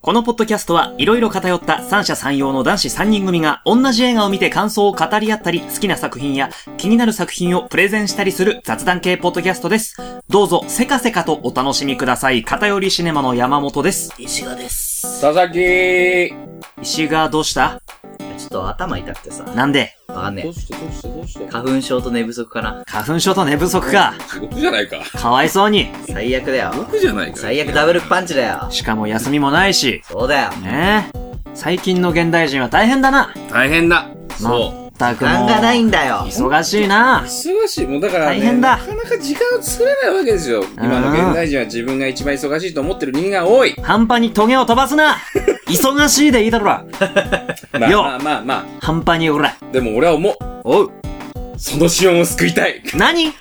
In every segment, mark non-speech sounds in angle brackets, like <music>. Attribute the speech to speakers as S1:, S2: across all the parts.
S1: このポッドキャストはいろいろ偏った三者三様の男子三人組が同じ映画を見て感想を語り合ったり、好きな作品や気になる作品をプレゼンしたりする雑談系ポッドキャストです。どうぞせかせかとお楽しみください。偏りシネマの山本です。
S2: 石賀です。
S3: 佐々木ど
S1: 石川どうした
S2: ちょっと頭痛くてさ、
S1: なんで
S2: わかんね
S3: うしてどうしてどうして
S2: え。花粉症と寝不足かな。
S1: 花粉症と寝不足か。
S3: 僕じゃないか。
S1: かわいそうに。
S2: 最悪だよ。
S3: 僕じゃないか。
S2: 最悪ダブルパンチだよ。
S1: しかも休みもないし。
S2: そうだよ。
S1: ねえ。最近の現代人は大変だな。
S3: 大変だ。
S1: ま
S3: そ。
S1: ったく
S2: 時
S1: もう。
S2: 間がないんだよ。
S1: 忙しいうな。
S3: 忙しい。もうだから、ね、
S1: 大変だ
S3: なかなか時間を作れないわけですよ。今の現代人は自分が一番忙しいと思ってる人間が多い。
S1: 半端にトゲを飛ばす
S2: <laughs>
S1: な忙しいでいいだろ
S3: まあ
S1: よ
S3: まあまあま
S1: 半端におら
S3: あ。でも俺は思う。
S1: おう
S3: そのシオンを救いたい。
S1: 何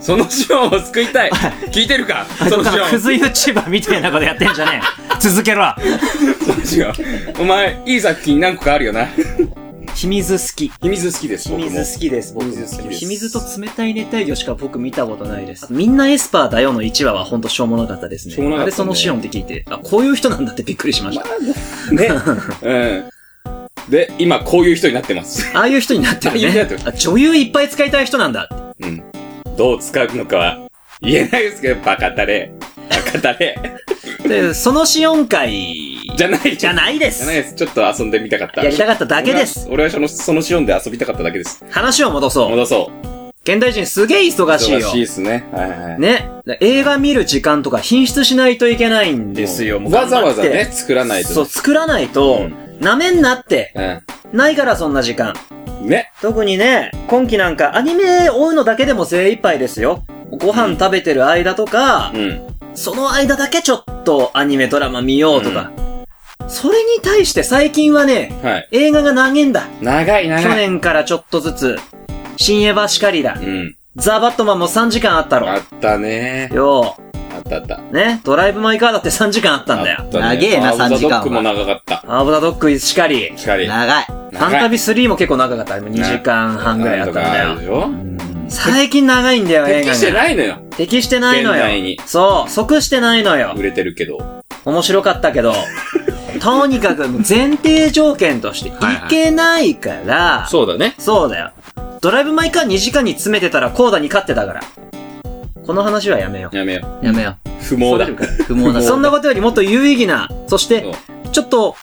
S3: そのシオンを救いたい。聞いてるかそ
S1: どっ
S3: の
S1: か
S3: シオ
S1: の
S3: ン。
S1: クズ YouTuber みたいなことやってんじゃねえ続けろ
S3: そのシオンお前、いい作品何個かあるよな。
S1: 秘密好き
S3: 秘密好きです、僕も。
S1: きです
S3: 僕も秘密好きです
S1: 秘密と冷たい熱帯魚しか僕見たことないですみんなエスパーだよの1話はほんとしょうもなかったですね
S3: しょうもなか
S1: あ
S3: ったね
S1: れそのシオンって聞いてあこういう人なんだってびっくりしました、
S3: ね。うん。で、今こういう人になってます。
S1: ああいう人になってる
S3: ああいう人にな
S1: ね
S3: ってる
S1: あ女優いっぱい使いたい人なんだ
S3: うん。どう使うのかは言えないですけど、バカタレ。バカタレ。
S1: でそのシオン会
S3: じゃない
S1: じゃないで
S3: じ
S1: す
S3: ゃないです。ちょっと遊んでみたかった。
S1: やりたかっただけです
S3: 俺は。俺はその、そのシオンで遊びたかっただけです。
S1: 話を戻そう
S3: 戻そう。
S1: 現代人すげえ忙しいよ。
S3: しいですね。はいはいはい。
S1: ね。映画見る時間とか品質しないといけないんですよ。もう
S3: わざわざ
S1: 頑張
S3: ね、
S1: って。
S3: 作らないと。
S1: そう、作らないと
S3: う、
S1: なめんなって。
S3: う
S1: ないからそんな時間。
S3: ん。ね。
S1: 特にね、今期なんかアニメ追うのだけでも精一杯ですよ。ご飯食べてる間とか、
S3: うん。
S1: その間だけちょっとアニメドラマ見ようとか。それに対して最近はね、
S3: はい。
S1: 映画が長げんだ。
S3: 長い
S1: 去
S3: 長い。
S1: 年からちょっとずつ。新エヴァしかりだ
S3: う。ん。
S1: ザ・バットマンも3時間あったろ
S3: あ。ったね。
S1: よう。
S3: あったあった。
S1: ね、ドライブ・マイ・カーだって3時間あったんだ
S3: あ
S1: よ
S3: っ。たね
S2: 長えな
S3: アウト
S2: 3時間は
S3: ドックも長かった。
S1: アーボダドッグしかり、
S3: しかり。
S2: 長い。
S1: ファンタビ3も結構長かった。2時間半ぐらいあったんだ
S3: 長い
S1: よ。
S3: とかあるでしょ
S1: 最近長いんだよ、映
S3: 適
S1: 画
S3: して
S1: が。
S3: ないのよ。
S1: 適してないの
S3: 現代
S1: よ
S3: に。
S1: そう、即してないのよ
S3: 売。れてるけど。
S1: 面白かったけ
S3: <laughs>
S1: ど。とにかく前提条件としてい
S3: はいはい
S1: けないから、
S3: そうだね。
S1: そうだよ。ドライブ・マイ・カー2時間に詰めてたらコーダに勝ってたから。この話はやめよう。
S3: やめよ
S2: やめよ
S3: う。不毛だ。
S2: う。不毛だ。
S1: そんなことよりもっと有意義な、そして
S3: そう、
S1: ちょっと、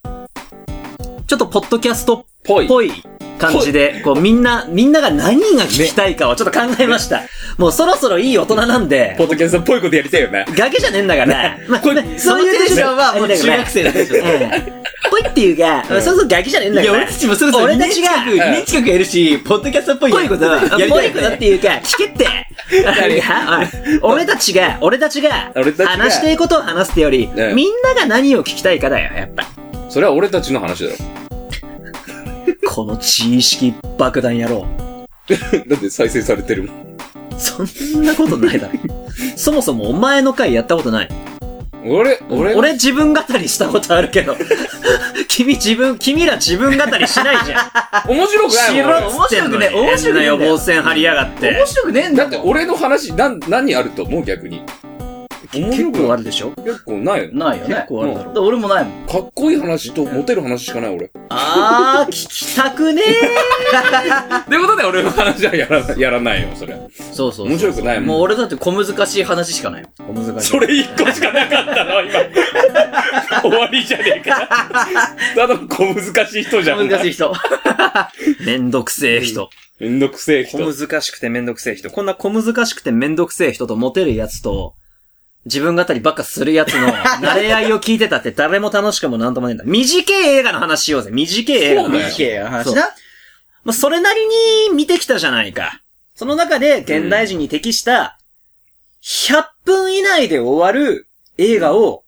S1: ちょっとポッドキャストっ
S3: ぽい。
S1: ぽい感じで、こうみんな、みんなが何が聞きたいかをちょっと考えました。もうそろそろいい大人なんで
S3: ポ、ッドキャストっぽいことやりたいよね。
S1: 崖じゃねえんだから、まあ
S3: これ
S1: ね
S2: そ
S1: そう
S2: の
S1: いう
S2: テンションはもう
S1: テン
S2: 中
S1: ション
S2: 学生のテンションだ
S1: うんぽいっていうか、まあそうそう崖じゃねえんだ
S2: い
S1: か
S2: や、
S1: ら。
S2: 俺たちもそろそろ2
S1: 俺た
S2: 年
S1: ち
S2: 近
S1: が
S2: く、2年近くやるし、ポッドキャストっぽい。
S1: ぽいこと、
S2: や
S1: ぽ
S2: りた
S1: い
S2: い
S1: こ
S2: ことと
S1: っ
S2: って
S1: ていうか、聞けって。いやおい俺たちが、俺たちが
S3: 俺たち、が
S1: 話していくことを話すってより、
S3: ね
S1: みんなが何を聞きたいかだよ、やっぱ。
S3: それは俺たちの話だよ。 <laughs>
S1: この知識爆弾野郎。
S3: だって再生されてるもん。
S1: そんなことない
S2: <laughs>
S1: だろ。そもそもお前の回やったことない。
S3: 俺、俺、
S1: 俺自分語りしたことあるけ
S2: <laughs>
S1: ど。君自分、君ら自分語りしないじゃん。
S3: 面白くないもん
S1: ろ
S3: 俺。
S1: っつってんのに
S2: 面白くね面白くね
S1: 変な予防線張りやがって
S2: 面。白くねえん
S3: だっ
S2: だ
S3: て
S2: もん。
S3: 俺の話、なん、何あると思う逆に。面
S1: 結
S3: 白く
S1: 構
S3: な
S1: あ
S3: い
S1: るでしょ
S3: 結構ないよ。
S2: ないよね。
S1: 結構あるだろ。
S2: だから俺もないもん。
S3: かっこいい話とモテる話しかない俺。って
S1: あー、聞きたくね
S3: ことで俺の話はや
S1: <laughs>
S3: らない、やらないよ、それ。
S2: そうそうそう。
S3: 面白くないもん
S2: もう俺だって小難しい話しかないもん。
S1: ー。難
S3: それ一個しかなかったの、
S1: <laughs>
S3: 今。終わりじゃねえか。ただの小難しい人じゃん。
S2: 難しい人。
S1: めんどくせえ人。
S3: めんどくせえ
S1: 小
S3: 人。
S1: 難しくてめんどくせえ人。こんな小難しくてめんどくせえ人とモテるやつと、自分語りばっかするやつ
S3: <laughs>
S1: の、慣れ合いを聞いてたって誰も楽しくもなんともねえんだ。短い映画の話しようぜ。短い映画の
S3: そうだ
S1: 話
S3: よ。
S2: DK の話
S1: そ
S2: な。
S1: まあ、それなりに見てきたじゃないか。その中で現代人に適した、100分以内で終わる映画を、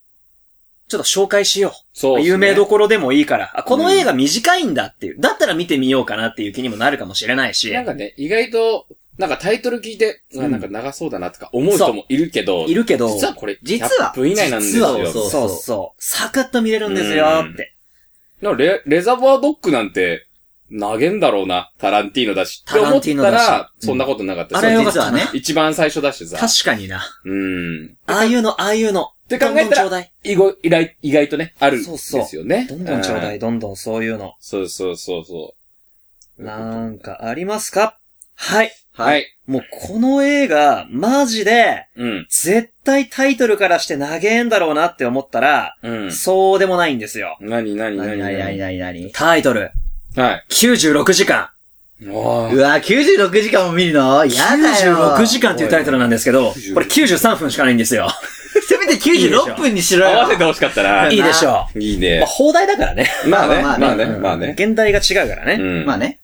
S1: ちょっと紹介しよう。
S3: そうっすね。
S1: 有名どころでもいいから。あ、この映画短いんだっていう。だったら見てみようかなっていう気にもなるかもしれないし。
S3: なんかね、意外と、なんかタイトル聞いて、うわ
S1: うん
S3: なんか長そうだなとか思う人もいるけど、
S1: いるけど。
S3: 実はこれ、
S2: 実は
S3: 100分以内なんです
S2: 実は
S3: よ。
S2: そう
S1: そうそう。サクッと見れるんですよ
S3: うん
S1: って。
S3: なんかレレザーバードッグなんて、投げんだろうな、タランティーノだし。って思
S1: タラン
S3: った
S1: ティーノだ
S3: ら、
S1: し
S3: そんなことなかった
S1: あれはよかっ
S2: 実
S1: た
S2: はね
S1: ね。
S3: 一番最初だしさ。
S1: 確かにな。
S3: うん。
S1: ああいうの、ああいうの。
S3: って考え
S1: どんどんち
S3: た
S1: ょうだ
S3: ら
S1: い、
S3: 意外意外意外とね、あるん
S1: そ
S3: で
S1: うそう
S3: すよね。
S1: どんどんちょうだ
S3: う
S1: い、どんどんそういうの。
S3: そうそうそうそう。
S1: なんかありますかはい。
S3: はい。
S1: もうこの映画、マジで、
S3: うん。
S1: 絶対タイトルからして長えんだろうなって思ったら、
S3: うん。
S1: そうでもないんですよ。
S3: なになになになには
S2: なになに
S1: タイトル、
S3: い。
S1: 96時間。
S3: お
S2: う
S3: ー
S2: わ、96時間も見るのやだよ。
S1: 96時間っていうタイトルなんですけど、
S3: 96
S1: これ93分しかないんですよ。
S2: せめて96分にしろ
S3: 合
S2: よ。
S3: わせて欲しかったな。
S2: い
S1: い
S3: い
S1: いでしょ。
S3: いうね
S1: まあ、。放題だからね。
S3: まあね、
S2: まあ
S3: まあ
S2: ね
S3: ね、まあね。
S1: 現代が違うから
S3: う
S1: ね。
S3: ん。
S2: まあね。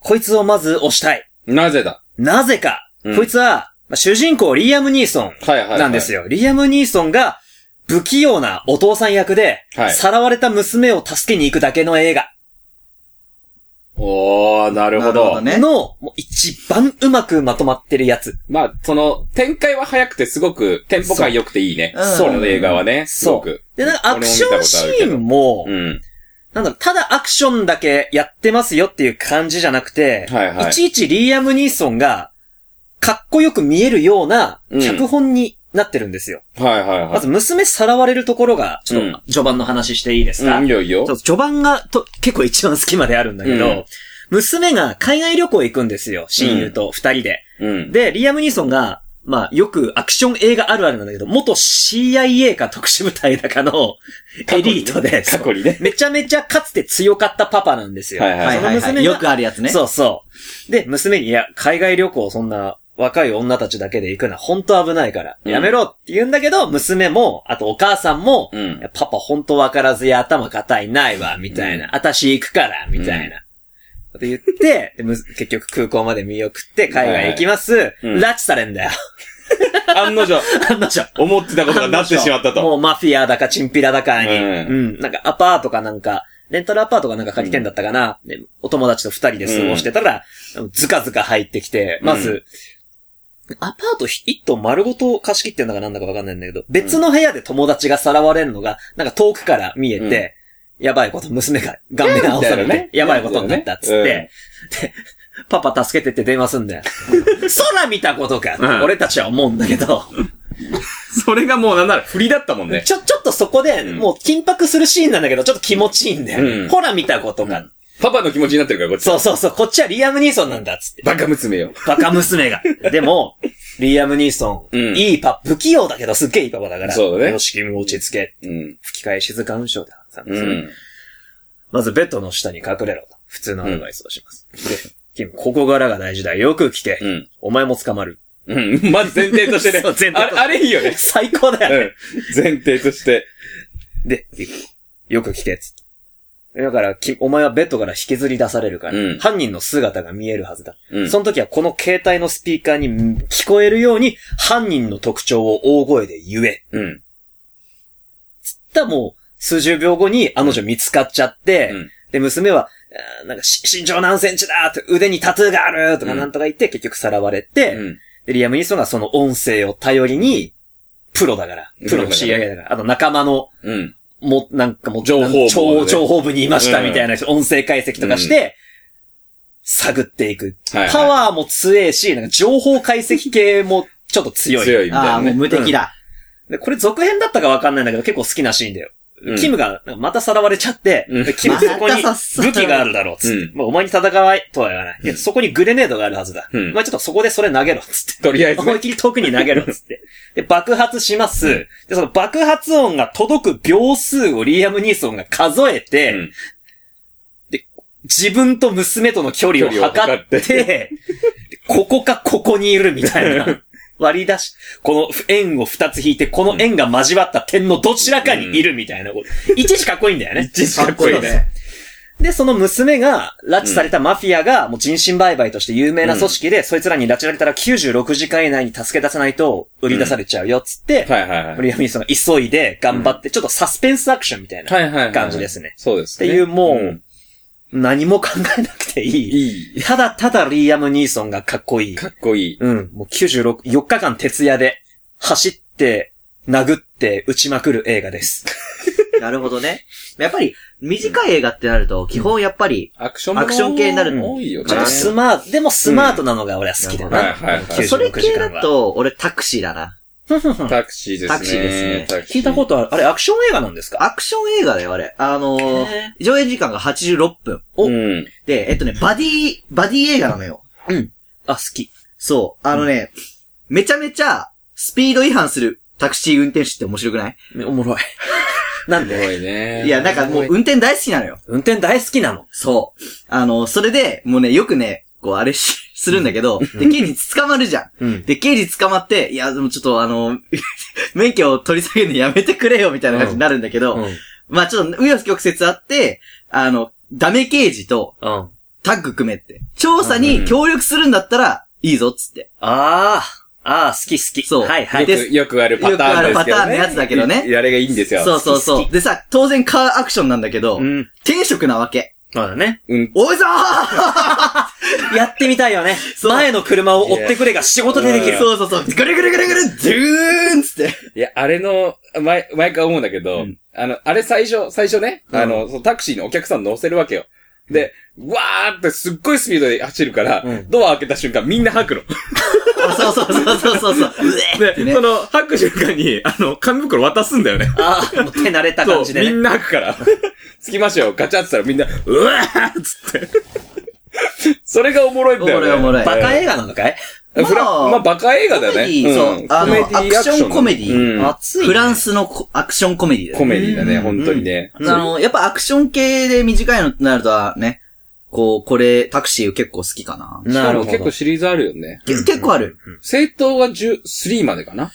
S1: こいつをまず押したい。
S3: なぜだ
S1: なぜか、
S3: うん
S1: こいつは、まあ主人公リアム・ニーソン
S3: はいはいはい。
S1: なんです
S3: よ。
S1: よ。リアム・ニーソンが、不器用なお父さん役で、
S3: はい
S1: さらわれた娘を助けに行くだけの映画
S3: おー、なるほ
S2: なるほ
S3: ど
S2: ど。ね
S1: の、もう一番うまくまとまってるやつ。
S3: まあ、その、展開は早くてすごく、テンポ感良くていいね。
S2: そう
S3: そう。この映画はね、す
S1: そ
S3: ご
S1: う
S3: く。
S1: で、なんかアクションシーンも、
S3: うん。
S1: なんだろう、ただアクションだけやってますよっていう感じじゃなくて、
S3: はいはい
S1: ちいちリアム・ニーソンが、かっこよく見えるような
S3: うん
S1: 脚本になってるんですよ。
S3: はいはいはい。
S1: まず娘さらわれるところが、ちょ
S3: う
S1: っ
S3: ん
S1: と序盤の話していいですか、
S3: うん、いいよいいよ
S1: そう。序盤がと結構一番好きまであるんだけど、
S3: うん
S1: 娘が海外旅行行くんですよ。親友と二人で。
S3: うん。
S1: で、リアム・ニーソンが、まあ、よくアクション映画あるあるなんだけど、元 CIA か特殊部隊だかのエリートで、
S3: 過去にね。
S1: めちゃめちゃかつて強かったパパなんですよ。
S3: はいはい
S2: はい
S1: その
S2: はい
S1: 娘
S2: は
S1: が
S2: い。よくあるやつね。
S1: そうそう。で、娘に、いや、海外旅行そんな若い女たちだけで行くのは本当危ないから、
S3: うん
S1: やめろって言うんだけど、娘も、あとお母さんも、
S3: う
S1: い
S3: ん。
S1: やパパ本当わからずや頭固いないわ、みたいな。
S3: う
S1: 私行くから、みたいな。こと言って、でむ <laughs> 結局空港まで見送って海外行きます。
S3: うん
S1: 拉致されんだよ。 <laughs>
S3: 案の定、
S1: 案の定。
S3: 思ってたことがなってしまったと。
S1: もうマフィアだかチンピラだかに。
S3: う
S1: うんん。なんかアパートかなんか、レンタルアパートかなんか借りてんだったかな。でお友達と二人で過ごしてたら、ずかずか入ってきて、まず、アパート一棟丸ごと貸し切ってんだかなんだかわかんないんだけど、別の部屋で友達がさらわれるのが、なんか遠くから見えて、やばいこと、娘が顔面をされ
S3: みたいなね
S1: て、やばいことになったっつって、
S3: うん
S1: で、パパ助けてって電話すんだよ。 <laughs> 空見たことか、
S3: うん
S1: 俺たちは思うんだけど、
S3: それがもうなんなら振りだったもんね。
S1: ちょ、ちょっとそこで、
S3: うん
S1: もう緊迫するシーンなんだけど、ちょっと気持ちいいんだよ。
S3: うん
S1: ほら見たことが、
S3: パパの気持ちになってるから、こっち。
S1: そうそうそう、こっちはリアム・ニーソンなんだっつって。
S3: バカ娘よ。
S1: バカ娘が。 <laughs> でも、リアム・ニーソン、
S3: うん
S1: いいパ、不器用だけどすっげえいいパパだから。
S3: そうだね
S1: よし、君も落ち着け。
S3: うん。
S1: 吹き替え静か音章で話したんで
S3: う
S1: すよね
S3: ん。
S1: まずベッドの下に隠れろと。普通のアドバイスをします。で、君、ここからが大事だ。よく来て。
S3: うん。
S1: お前も捕まる。
S3: うん。まず前提としてね。
S1: そう前提として
S3: ああれいいよね。
S1: 最高だ
S3: う
S1: よね。
S3: ん。前提として。
S1: で、よく聞けっつって。だから、きお前はベッドから引きずり出されるから、
S3: うん
S1: 犯人の姿が見えるはずだ。
S3: うん。
S1: その時はこの携帯のスピーカーにん聞こえるように、犯人の特徴を大声で言え。
S3: うん。
S1: だもう、数十秒後にあの女見つかっちゃって、
S3: うん
S1: で、娘は、あーなんかし、身長何センチだと腕にタトゥーがあるとか
S3: うん
S1: なんとか言って、結局さらわれて、
S3: うん。
S1: で、リアム・ニーソンがその音声を頼りに、プロだから、プロの CIA だから、あと仲間の
S3: うん。
S1: も、なんかもう、
S3: 情報部
S1: なん情
S3: だね
S1: 情報部にいましたみたいな人、音声解析とかして、探っていく。
S3: はいはい
S1: パワーも強えし、なんか情報解析系もちょっと強い。
S3: 強いみたい
S2: あ
S3: な
S2: あ、も
S3: ね。
S2: う無敵だ。
S1: で、これ続編だったかわかんないんだけど、結構好きなシーンだよ。
S3: うん
S1: キムが、なんかまたさらわれちゃって、
S3: うん
S1: でキムそこに
S2: またさ
S1: 武器があるだろう、つって。
S3: う
S1: まあお前に戦いとは言わない。いや、そこにグレネードがあるはずだ。
S3: うん
S1: お前ちょっとそこでそれ投げろ、つって。
S3: とりあえず
S1: 思い
S3: ね。
S1: っきり遠くに投げろっつって。で、爆発します。で、その爆発音が届く秒数をリアム・ニーソンが数えて、
S3: うん
S1: 自分と娘との距離を
S3: 距離を測
S1: 測
S3: っ
S1: って、でここかここにいるみたいな。割り出し、この円を二つ引いて、この円が交わった点のどちらかにいるみたいなこと。
S3: <laughs>
S1: いちいちかっこいいんだよね。
S3: いちいちかっこいいね。
S1: で、その娘が、拉致されたマフィアが、もう人身売買として有名な組織で、そいつらに拉致られたら96時間以内に助け出さないと、売り出されちゃうよ、つって、
S3: はいはいはい。
S1: リアム・ニーソンが急いで頑張って、ちょっとサスペンスアクションみたいな。
S3: はいはいはい。
S1: 感じですね
S3: そうですね。
S1: っていうもうん何も考えなくていい。
S3: いい。
S1: ただただリアム・ニーソンがかっこいい。
S3: かっこいい。
S1: うん。もう96、4日間徹夜で、走って、殴って、撃ちまくる映画
S3: <laughs>
S1: です。
S2: なるほどね。やっぱり、短い映画ってなると、基本やっぱり、
S3: アクションも
S2: アクション系になる
S3: 多いよね
S1: ちょっとスマート、でもスマートなのが俺は好きだ
S3: はい
S1: な。
S3: はいはい。
S1: 96
S2: それ系
S1: 時間
S2: だ
S1: は
S2: と、俺タクシーだな。
S3: タクシーですね。
S2: タクシーですね
S3: タクシー
S1: 聞いたことある。あれ、アクション映画なんですか
S2: アクション映画だよ、あれ。あのー
S1: へ
S2: 上映時間が86分。
S3: うん。
S2: で、えっとね、バディ、バディ映画なのよ。
S1: あ、好き。
S2: そう。あのね、めちゃめちゃ、スピード違反するタクシー運転手って面白くない
S1: おもろい。
S3: <laughs>
S1: なん
S3: す
S1: で
S3: ごいね。
S2: いや、なんかもう運転大好きなのよ。
S1: 運転大好きなの。
S2: そう。あの、それで、もうね、よくね、こう、あれし、するんだけど、で、刑事捕まるじゃん。
S1: うん。
S2: で、刑事捕まって、いや、でもちょっとあの、 <laughs> 免許を取り下げるのやめてくれよ、みたいな感じになるんだけど、
S1: うん。
S2: まあちょっと、うよ曲折あって、あの、ダメ刑事と
S1: あ
S2: タッグ組めって。調査に協力するんだったら、いいぞ、っつって。
S1: あー。ああ、好き好き。
S2: そう
S1: はいはい。
S2: で
S3: よくよくあるパターンで
S2: よ
S3: すけどね。
S2: くあるパターンのやつだけどね
S3: いあれがいいんですよ。
S2: そうそう
S1: 好き
S2: そ
S1: 好
S2: う。でさ、当然カーアクションなんだけど、
S1: うん。
S2: 天職なわけ。
S1: そうだね。
S3: うん。
S2: おいぞー
S1: やってみたいよね。
S2: そう
S1: 前の車を追ってくれが仕事でできる。
S2: そうそうそう。ぐるぐるぐるぐる、ズーンっつって。
S3: いや、あれの、前、前から思うんだけ
S2: う
S3: ど、
S2: ん
S3: あの、あれ最初、最初ね、
S2: うん
S3: あの、そのタクシーにお客さん乗せるわけよ。で、わーってすっごいスピードで走るから、
S1: うん
S3: ドア開けた瞬間みんな吐くの。
S2: あそうそうそうそうそうそう。うえーって
S3: で、
S2: <laughs> ね
S3: そ。の、吐く瞬間に、あの、紙袋渡すんだよね。
S1: ああ、もう手慣れた
S3: そ
S1: 感
S3: う
S1: じ、
S3: み
S1: でね。
S3: んな吐
S2: <laughs>
S3: くから。つきましょう、ガチャって言ったらみんな、うわーっつって。 <laughs> それがおもろいんだよ
S2: お
S3: ね。
S2: もろいおもろい
S1: バカ
S3: 映
S1: 映画なのかい
S3: 画。フラ
S2: まあ
S3: まあ、バカ映画
S2: コ
S3: だ
S2: メ
S3: よ
S2: デ
S3: ね。
S2: ィー、そう。あの、アクションコメディ
S3: うん
S2: ー。
S1: 熱いね
S2: フランスのコアクションコメディーだよ
S3: コメディだね、
S1: うん
S3: 本当にね。
S2: あの、やっぱアクション系で短いのってなるとね、こう、これ、タクシー結構好きかな。
S1: なるほ
S3: しかも結
S1: ど
S3: 構。シリーズあるよね。
S2: け結構ある。
S3: 正当は10 3までかな。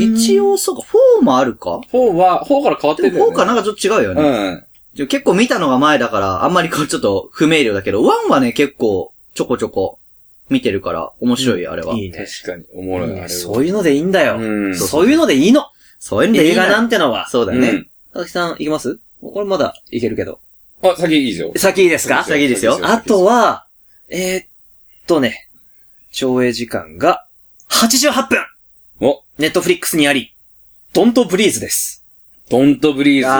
S2: 一
S1: 応。
S2: 応、そうか、4もあるか
S3: 4は、4から変わって
S2: で
S3: んだよ
S2: も
S3: ね。
S2: 4かなんかちょっと違うよね。
S3: うん。
S2: じゃあ結構見たのが前だから、あんまりこうちょっと不明瞭だけど、1はね、結構、ちょこちょこ、見てるから、面白いよ、あれは。
S1: いいね。
S3: 確かに、おもろい。あれは
S1: そういうのでいいんだよ。
S3: うん
S1: そういうのでいいの。
S2: そういうのでい
S1: 映
S2: いな
S1: 画なんてのは。
S2: そうだ
S3: う
S2: ね。
S3: ん。
S1: 佐木さん、行きます俺まだいけるけど。
S3: あ、先いいぞ。
S1: 先いいですか
S2: 先いいですよ
S1: あとは、えーっとね、上映時間が88分
S3: お、
S1: ネットフリックスにあり、ドントブリーズです。
S3: ドントブリーズ。出ま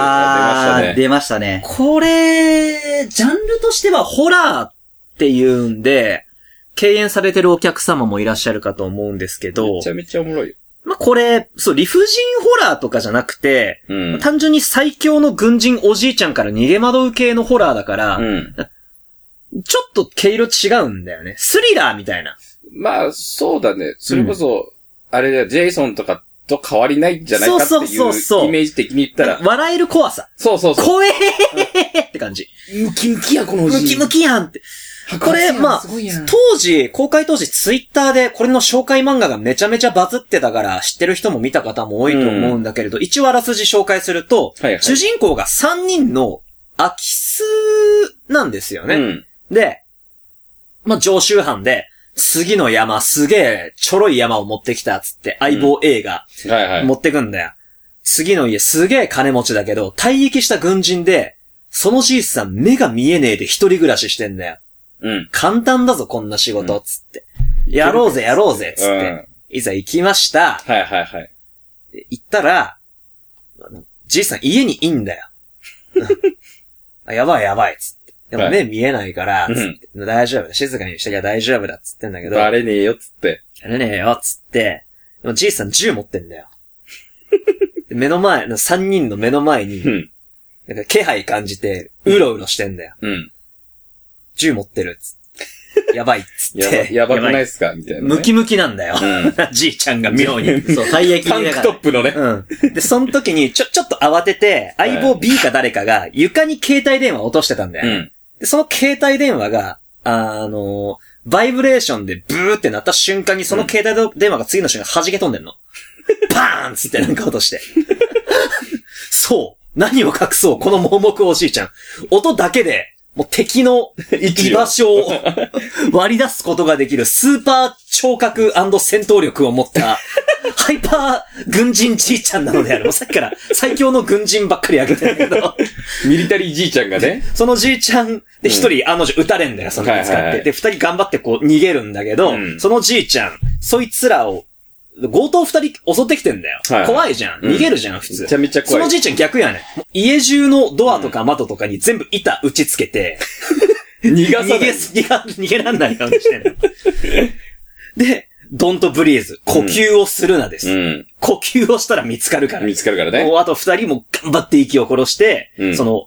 S2: あ
S3: し
S2: ー、
S3: たね。
S2: 出ましたね。
S1: これ、ジャンルとしてはホラーっていうんで、敬遠されてるお客様もいらっしゃるかと思うんですけど
S3: めち、ゃめちゃおもろいよ。
S1: まあ、これ、そう、理不尽ホラーとかじゃなくて、
S3: うん。
S1: 単純に最強の軍人おじいちゃんから逃げ惑う系のホラーだから、
S3: うん。
S1: ちょっと毛色違うんだよね。スリラーみたいな。
S3: まあ、そうだね。それこそ、あれだよ、ジェイソンとかと変わりないんじゃないかって
S1: そうそうそうそ
S3: いううイメージ的に言ったら、
S1: 笑える怖さ。
S3: そうそうそう。
S1: 怖えーって感じ。
S3: ムキムキや、この
S1: ムキムキやんって。これ、まあ、当時、公開当時、ツイッターでこれの紹介漫画がめちゃめちゃバズってたから、知ってる人も見た方も多いと思うんだけれど、一応あらすじ紹介すると、
S3: はいはい。
S1: 主人公が3人の空き巣なんですよね。
S3: うん。
S1: で、まあ、常習犯で、次の山、すげえ、ちょろい山を持ってきた、つって、相棒 A が
S3: はいはい。
S1: 持ってくんだよ。次の家、すげえ金持ちだけど、退役した軍人で、そのじいさん目が見えねえで一人暮らししてんだよ。
S3: うん。
S1: 簡単だぞ、こんな仕事、つって。やろうぜ、やろうぜ、つっ
S3: うん
S1: て。いざ行きました。
S3: はいはいはい。
S1: 行ったら、あのじいさん家にいんだよ。 <laughs> あやばいやばい、つって。でも
S3: はい
S1: 目見えないから、
S3: う
S1: つっ
S3: ん。
S1: て大丈夫だ。静かにしときゃ大丈夫だ、つってんだけど。
S3: バレねえよ、つって。
S1: やれねえよ、つって。でもじいさん銃持ってん
S3: <laughs>
S1: だよ。で目の前、三人の目の前
S3: う
S1: に、
S3: ん。
S1: なんか気配感じて、うろうろしてんだよ。
S3: うん。
S1: 銃持ってる、つって。やばい、つっ
S3: やば、
S1: て。
S3: やばくない
S1: い
S3: っすかみたいなね。
S1: ムキムキなん
S3: <laughs>
S1: だよ。
S3: うん。
S1: じいちゃんが妙に。
S2: そう、最悪
S3: タンクトップのね。
S1: うん。で、その時に、ちょ、ちょっと慌てて、
S3: い
S1: 相棒 B か誰かが、床に携帯電話落としてたんだ
S3: う
S1: よ。
S3: ん。
S1: で、その携帯電話が、あの、バイブレーションでブーってなった瞬間に、その携帯電話が次の瞬間弾け飛んでんの。バーンっつってなんか落として。 <laughs> そう。何を隠そうこの盲目おじいちゃん。音だけで、もう敵の
S3: 一
S1: 居
S3: 応
S1: 場所を割り出すことができるスーパー聴覚戦闘力を持った、ハイパー軍人じいちゃんなのである。もうさっきから最強の軍人ばっかり挙げてるけど。
S3: ミリタリーじいちゃんがね。
S1: そのじいちゃんで一人、あの女撃たれんだよ、その時使って。
S3: はいはいはい
S1: で、二人頑張ってこう逃げるんだけど、
S3: うん
S1: そのじいちゃん、そいつらを、強盗二人襲ってきてんだよ。
S3: はいはい
S1: 怖いじゃん。
S3: うん
S1: 逃げるじゃん、普通。
S3: めちゃめちゃ
S1: そ
S3: 怖い。
S1: のじいちゃん逆やねん。もう家中のドアとか窓とかに全部板打ち付けて、
S3: <laughs> 逃がさ
S1: 逃
S3: な
S1: げ
S3: い。
S1: す、逃げ、逃げらんないようにしてんの。で、ドントブリーズ、呼吸をするなです。
S3: うん。
S1: 呼吸をしたら見つかるから。
S3: 見つかるからね。
S1: もうあと二人も頑張って息を殺して、
S3: うん
S1: その、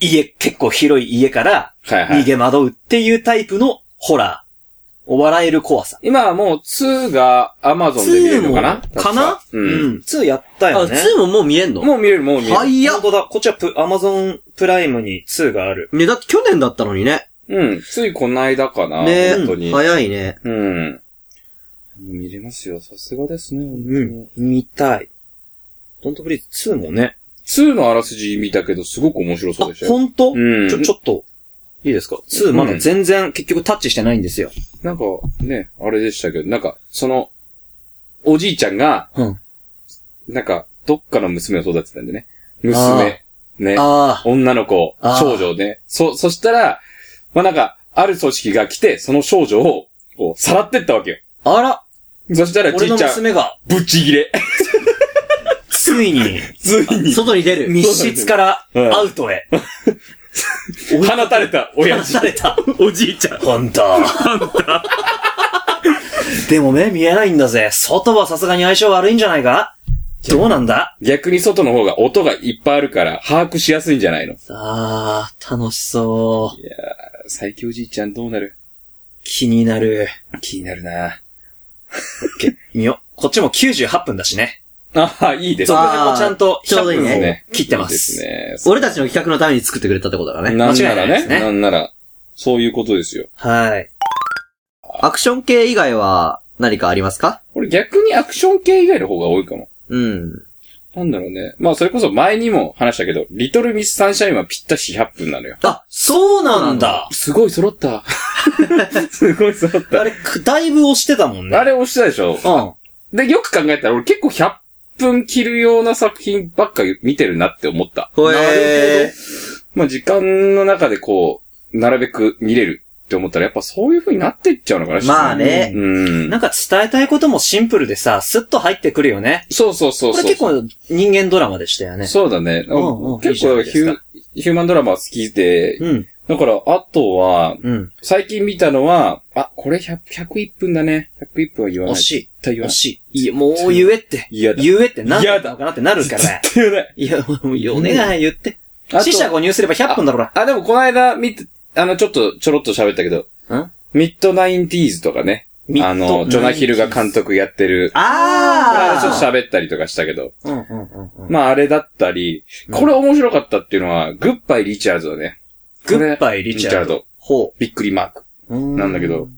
S1: 家、結構広い家から
S3: はいは
S1: 逃
S3: い。
S1: げ惑うっていうタイプのホラー。お笑える怖さ。
S3: 今はもう2が Amazon で見れるのかな
S2: 2もかな
S3: う。。
S1: うん2やった
S2: あ、
S1: よね。
S2: 2ももう見えんの
S3: もう見れる、もう見れる。
S2: はいや
S1: 本。当だ。こっちはプ、アマゾンプライムに2がある。
S2: ね、だって去年だったのにね。
S3: うん。ついこないだかな。
S2: ね
S3: 本当に。
S2: 早いね。
S3: うん。見れますよ。さすがですね、本当
S1: うん
S3: に。。
S1: 見たい。ドントブリーズ2もね。
S3: 2のあらすじ見たけど、すごく面白
S1: あ
S3: そうでした、よ。
S1: ほんと
S3: うん。
S1: ちょ、ちょっと、いいですか ?2 まだ全然結局タッチしてないんですよ。
S3: なんか、ね、あれでしたけど、なんか、その、おじいちゃんが、
S1: うん
S3: なんか、どっかの娘を育てたんでね。
S1: あ
S3: 娘。ね。
S1: あ
S3: 女の子
S1: あ、ー
S3: 少女ね。そ、そしたら、まあ、なんか、ある組織が来て、その少女を、こう、さらってったわけよ。
S1: あ。あら、
S3: そしたら、じ
S1: 俺
S3: い
S1: の
S3: ちゃん、
S1: 娘が、
S3: ぶっちぎれ。
S1: ついに、
S3: ついに、
S2: 外に出る。
S1: 密室からアウトへ。
S3: 放たれた親父
S1: <laughs> さ。れた。
S3: おじいちゃん。
S1: ハンター。ハンター。でも目見えないんだぜ。外はさすがに相性悪いんじゃないかどうなんだ
S3: 逆に外の方が音がいっぱいあるから、把握しやすいんじゃないの
S1: あー、楽しそう。
S3: 最強おじいちゃんどうなる
S1: 気になる。
S3: 気になるな
S1: 見よ。こっちも98分だしね。
S3: ああ、いいです
S1: そ
S3: ね。
S1: こでもちゃんと
S2: ちょうどいい
S1: 100分を
S3: ね
S1: 切ってま。
S3: いいですすね。
S2: 俺たちの企画のために作ってくれたってことだね。
S3: なん
S1: 間違
S3: な
S1: な
S3: いら
S1: いです
S3: ね。
S1: ね
S3: なんなら、そういうことですよ。
S1: はい。
S2: アクション系以外は何かありますか
S3: 俺逆にアクション系以外の方が多いかも。
S2: うん。
S3: なんだろうね。まあそれこそ前にも話したけど、リトルミスサンシャインはぴったし100分なのよ。
S2: あ、
S1: そうなんだ。
S3: すごい揃った。 <laughs> すごい揃っ
S1: あ
S3: た。
S1: れ、くだいぶ押してたもんね。
S3: あれ押してたでしょ
S1: うん。
S3: で、よく考えたら俺結構100分切るような作品ばっか見てるなって思った。
S2: ほえ
S3: まあ時間の中でこう、なるべく見れるって思ったらやっぱそういう風になっていっちゃうのかな。
S2: ー。まあね。
S3: うん。
S1: なんか伝えたいこともシンプルでさ、スッと入ってくるよね。
S3: そうそうそう
S1: こ
S3: そ
S1: れ
S3: う。
S1: 結構人間ドラマでしたよね。
S3: そうだね。
S1: うんうん
S3: 結構ヒュヒューマンドラマ好きで、
S1: うん。
S3: だから、あとは、
S1: うん。
S3: 最近見たのは、あ、これ100、101分だね。101分は言わな
S1: 惜
S3: い。
S1: し
S3: 絶
S1: い。
S3: 対言わ
S1: 惜
S3: ない。
S1: しい。いや、もう言えっ
S3: <laughs>
S1: て。
S3: 嫌だ。
S1: 言えって何だ
S3: 嫌だ
S1: ったのかなってなるから。
S3: 絶対言わ <laughs> ない。
S1: いや、もうお願い言 <laughs> って。
S3: あと
S1: 死者誤入すれば100分だろ、ほら。
S3: あ、でもこの間見て、あの、ちょっと、ちょろっと喋ったけど、
S1: ん
S3: ミッドナインティーズとかね。
S1: ミッド
S3: あの、ジョナヒルが監督やってる。これ
S2: あ
S3: はちょっと
S2: ー。
S3: 喋ったりとかしたけど。
S1: うんうんうんうん。
S3: まあ、あれだったり、これ面白かったっていうのは、グッバイ・リチャードだね。
S1: グッバイ、リ
S3: リ
S1: チ
S3: チ
S1: ャ
S3: ャ
S1: ー
S3: ー
S1: ド。
S3: ド。
S1: ほ
S3: びっくりマーク。
S1: う。
S3: なんだけど。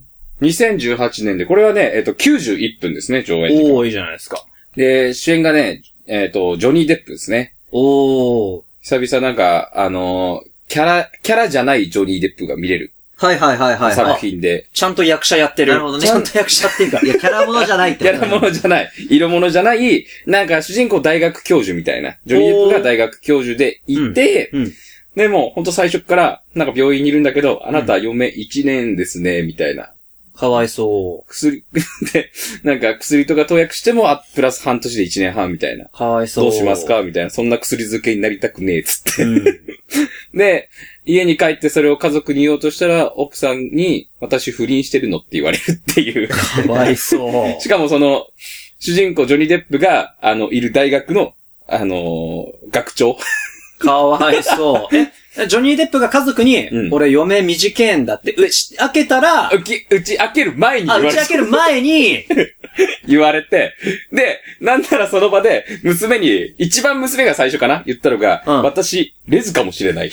S3: 2018年で、これはね、えっと、91分ですね、上演時間。
S1: おー、いいじゃないですか。
S3: で、主演がね、えっと、ジョニー・デップですね。
S1: おー。
S3: 久々なんか、あのーキャラ、キャラじゃないジョニー・デップが見れる
S2: はいはいはいはい
S3: 作
S2: は
S3: 品で、
S1: ちゃんと役者やってる。
S2: なるほどね
S1: ちゃんと役者っていうか
S2: <laughs> い。い。や、キャラものじゃないって
S3: キャラも
S2: ね。
S3: のじゃない、色ものじゃない、なんか主人公大学教授みたいな。ジョニー・デップが大学教授でいて、
S1: うんうん
S3: でも、ほんと最初っから、なんか病院にいるんだけど、あなた嫁1年ですね、みたいな。
S1: かわいそ
S3: 薬、 <laughs> で、なんか薬とか投薬しても、あ、プラス半年で1年半みたいな。
S1: う。かわいそう。
S3: どうしますかみたいな。そんな薬漬けになりたくねえ、つって
S1: う。ん。
S3: <laughs> で、家に帰ってそれを家族に言おうとしたら、奥さんに、私不倫してるのって言われるって <laughs> いう。
S1: かわいそう。
S3: しかもその、主人公ジョニー・デップが、あの、いる大学の、あのー学 <laughs> 長。
S1: かわいそう。え、ジョニー・デップが家族に、
S3: うん
S1: 俺嫁短えんだって、うし開けたら、
S3: うき、打ち明ける前に
S1: あ、
S3: 言わ
S1: 打
S3: れ
S1: ち
S3: て
S1: 明ける前に、
S3: 言われて、で、なんならその場で、娘に、一番娘が最初かな言ったのが、
S1: うん
S3: 私、レズかもしれ <laughs> ない。っ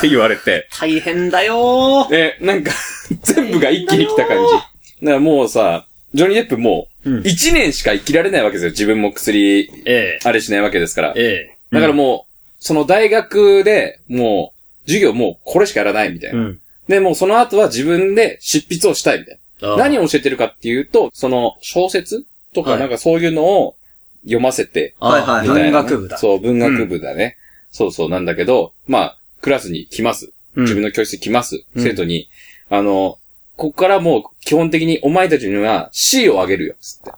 S3: て言われて、
S1: 大変だよ
S3: で、なんか、 <laughs> 全部が一気に来た感じ。だからもうさ、ジョニー・デップも
S1: うん
S3: う、一年しか生きられないわけですよ。自分も薬
S1: え
S3: あれしないわけですから。
S1: え、え
S3: だからもう、その大学で、もう、授業もうこれしかやらないみたいな。
S1: ん。
S3: で、もうその後は自分で執筆をしたいみたいな。何
S1: を、
S3: を教えてるかっていうと、その小説と
S1: は
S3: か
S1: い
S3: なんかそういうのを読ませて、
S1: はいはい、
S2: みた
S1: 文
S2: いな
S1: 学部だ。
S3: そう、文学部だね。そうそうなんだけど、まあ、クラスに来ます。
S1: うん
S3: 自分の教室に来ます。
S1: うん
S3: 生徒に、あの、ここからもう基本的にお前たちには C をあげるよ、つって。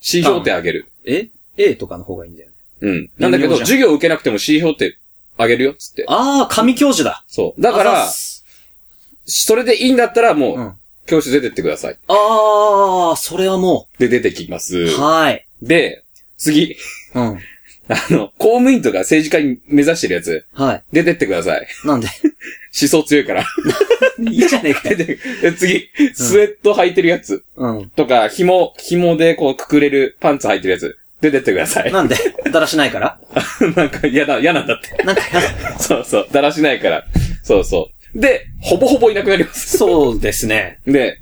S3: C 評定あげる。
S1: え ?A とかの方がいいんだよね。
S3: うん。なんだけ
S1: 微妙じ
S3: ど、
S1: ゃん
S3: 授業受けなくても C 評定あげるよ、つって。
S1: ああ、神教授だ。
S3: そう。だか
S1: あざっ
S3: ら、
S1: す
S3: それでいいんだったらもう、
S1: うん
S3: 教室出てってください。
S2: ああ、それはも
S3: で、出てきます。
S2: う、はい。
S3: で、次、 <laughs>
S2: うん。
S3: あの、公務員とか政治家に目指してるやつ、
S2: はい。
S3: 出てってください。
S2: なんで、
S3: 思想強
S1: <laughs>
S3: いから。
S2: いいじゃねえか
S3: 出
S2: よ。
S3: て、で次、スウェット履いてるやつ。
S2: うん。
S3: とか、紐、紐でこうくくれるパンツ履いてるやつ。出てってください。
S2: なんで、だらしないから
S3: <laughs> なんか嫌だ、嫌なんだって。
S2: なんかやだ、
S3: <laughs> そうそう。だらしないから。そうそう。で、ほぼほぼいなくなります。 <laughs>
S2: そうですね。
S3: で、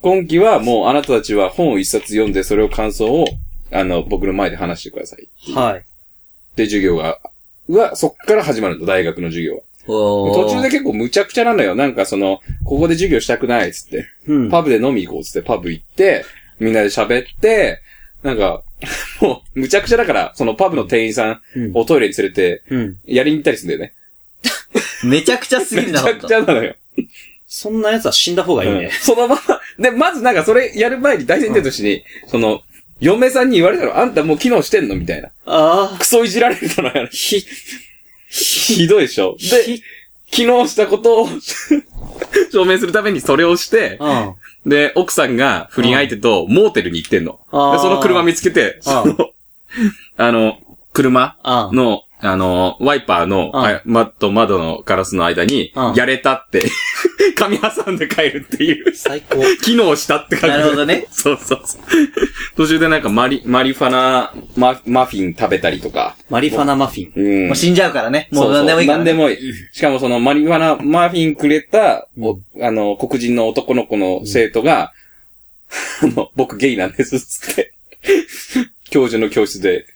S3: 今期はもうあなたたちは本を一冊読んで、それを感想を、あの、僕の前で話してください。
S2: はい。
S3: で、授業が、は、そっから始まるの、大学の授業は。
S2: 途
S3: 途中で、結構むちゃくちゃなのよ。なんかその、ここで授業したくないっつって。
S2: うん。
S3: パブで飲み行こうっつって、パブ行って、みんなで喋って、なんか、 <laughs> もう、むちゃくちゃだから、そのパブの店員さん
S2: うん
S3: をトイレに連れて、
S2: うん。
S3: やりに行ったりするんだよね。
S2: めちゃくちゃすぎ
S3: め
S2: るな
S3: ち
S2: か
S3: ゃ
S2: っ
S3: く
S2: た
S3: ち。ゃなのよ。
S2: そんな奴は死んだ方がいいね。
S3: うんそのまま、で、まずなんかそれやる前に大前提としてに、その、嫁さんに言われたの、あんたもう機能してんのみたいな。
S2: ああ、
S3: クソいじられた
S2: <laughs>
S3: のよ。
S2: ひ、
S3: ひどいでしょ。で、
S2: ひ、
S3: 機能したことを <laughs> 証明するためにそれをして
S2: う、ん。
S3: で、奥さんが不倫相手とモーテルに行ってんの。
S2: あー
S3: で、その車見つけて、その、あの、車
S2: あん。
S3: の、あの、ワイパーの、
S2: うん
S3: あ窓と窓のガラスの間に
S2: うん、
S3: やれたって、 <laughs> 紙挟んで帰るっていう。
S2: 最高。
S3: 機能したって感じ。
S2: なるほどね。
S3: そうそうそう。途中でなんかマリ、マリファナマ、マフィン食べたりとか。
S2: マリファナマフィン。
S3: うん
S2: もう。死んじゃうからね。も
S3: そうそ
S2: 何でもいいから、
S3: 何
S2: ね。
S3: でもいい。しかもそのマリファナマフィンくれた、おあの、黒人の男の子の生徒が、あの、僕ゲイなんですっつって、教授の教室で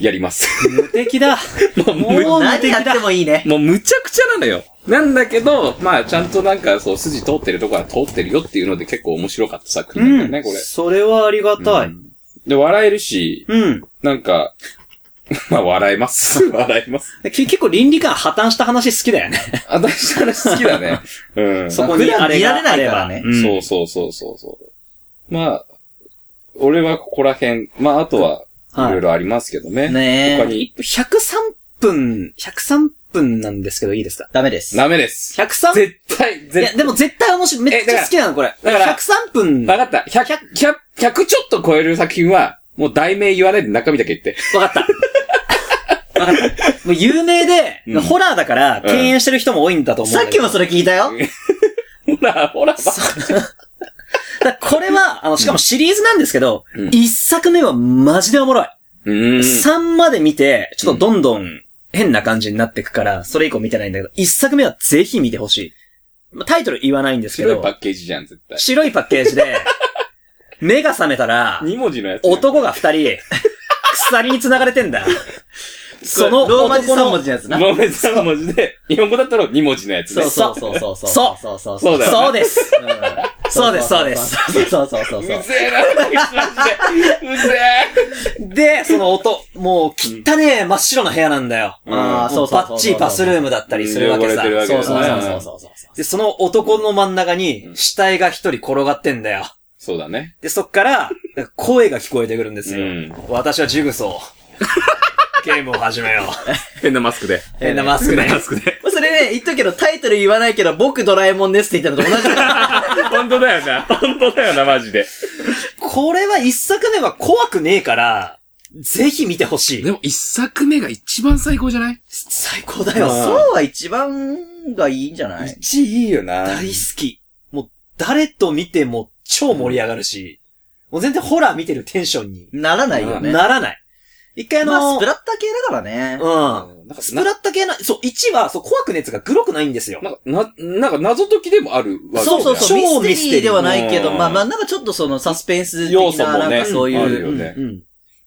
S3: やります。
S2: <laughs>
S1: 無敵だ。
S3: もう
S1: もう
S3: む
S1: も
S2: 何やってもいいね。
S3: もうむちゃくちゃなのよ。なんだけど、まあちゃんとなんかそう筋通ってるとこは通ってるよっていうので結構面白かった作品なんだよね、これ。
S2: それはありがたい。
S3: で、笑えるし、
S2: うん。
S3: なんか、 <laughs> まあ、笑えます。笑えます。
S2: け結構倫理観破綻した話好きだよね。
S3: あ、大事な話好きだね。うん。
S1: そこにあれが
S2: 普段見ら
S1: あ
S2: れ
S1: れ
S2: ないから
S1: ば。
S2: ね
S1: うん
S3: そうそうそうそうそう。まあ、俺はここら辺、まあ、あと <laughs> は、いろいろありますけどね。
S2: ね
S3: 他
S2: え。
S3: に、
S1: 103分、103分なんですけどいいですか
S2: ダメです。
S3: ダメです。
S1: ?103?
S3: 絶対、
S2: いや、
S3: 絶
S2: でも絶対面白い。めっちゃ好きなの、これ。
S3: だから
S2: 103分。
S3: 対、
S2: わ
S3: わかった。100、100、100ちょっと超える作品は、もう題名言わないで中身だけ言って。
S2: かった。わかった。
S1: もう有名で、
S3: うん
S1: ホラーだから、敬遠してる人も多いんだと思う。
S2: さっきも
S1: そ
S2: それ聞いたよ。
S3: ほら、ほら、ば
S1: これは、あの、しかもシリーズなんですけど、
S3: うん
S1: 一作目はマジでおもろい。
S3: うーん。
S1: 3まで見て、ちょっとどんどん変な感じになってくから、それ以降見てないんだけど、一作目はぜひ見てほしい。まあタイトル言わないんですけ
S3: 白い
S1: ど
S3: パ、ッケージじゃん、絶対。
S1: 白いパッケージで、目が覚めたら、
S3: 二文字のやつ。
S1: 男が二人、鎖に繋がれてんだ。その
S2: ローマ字
S1: 男
S2: 3
S1: の
S2: 文字のやつな。
S3: ごめん、三文字で、日本語だったら二文字のやつね。
S2: そうそうそうそう。
S1: そう
S2: そうそう
S3: そうだよね
S1: そうです。そうです、そうです。
S2: そうそうそうそう
S3: う
S2: そう。
S3: ぜえな、マジで。うぜ
S1: で、その音、もう、汚ねえ真っ白な部屋なんだよ。
S3: え。
S2: あー
S3: う
S2: そうそうそうそ
S1: バ
S2: う
S1: ッチリパスルームだったりするわけさ。
S3: うん汚れてる
S1: そ
S3: わ
S1: う
S3: け
S1: そう
S3: だ
S1: そう
S3: ね
S1: そう。
S2: そうそうそうそう。
S1: で、その男の真ん中に、死体が一人転がってんだよ。
S3: そうだね。
S1: で、そっから、声が聞こえてくるんですよ。
S3: うん
S1: 私はジグソー。ゲームを始めよう。
S3: 変なマスクで。
S1: 変なマスクね。
S3: スクで。
S2: それね、言っとくけど、タイトル言わないけど、僕ドラえもんですって言ったのと同じだから。
S3: 本当だよな。本当だよな、マジで。
S1: これは一作目は怖くねえから、ぜひ見てほしい。
S3: も一作目が一番最高じゃない
S1: 最高だ
S2: でも、
S1: よ。
S2: そうは一番がいいんじゃない
S3: ?1 いいよな。
S1: 大好き。もう、誰と見ても超盛り上がるし、もう全然ホラー見てるテンションに
S2: ならないよね。
S1: ならない。一回あの、
S2: まあ、スプラッタ系だからね。
S1: うん。
S3: なんか
S1: スプラッタ系の、そう、1は、そう、怖くねえやつがグロくないんですよ。
S3: な、な、なんか謎解きでもあるわけ
S2: そうそうそう。ミ
S1: 超
S2: ス
S1: ミ
S2: テ
S1: ステ
S2: リ
S1: リー
S2: ーではないけど、
S3: うん
S2: まあまあ、なんかちょっとそのサスペンス
S3: 要
S2: 的
S3: 素
S2: な、
S3: も
S2: な
S3: ね
S2: んかそう
S3: あ
S2: い
S3: る
S2: う。
S3: よね
S1: うんうん。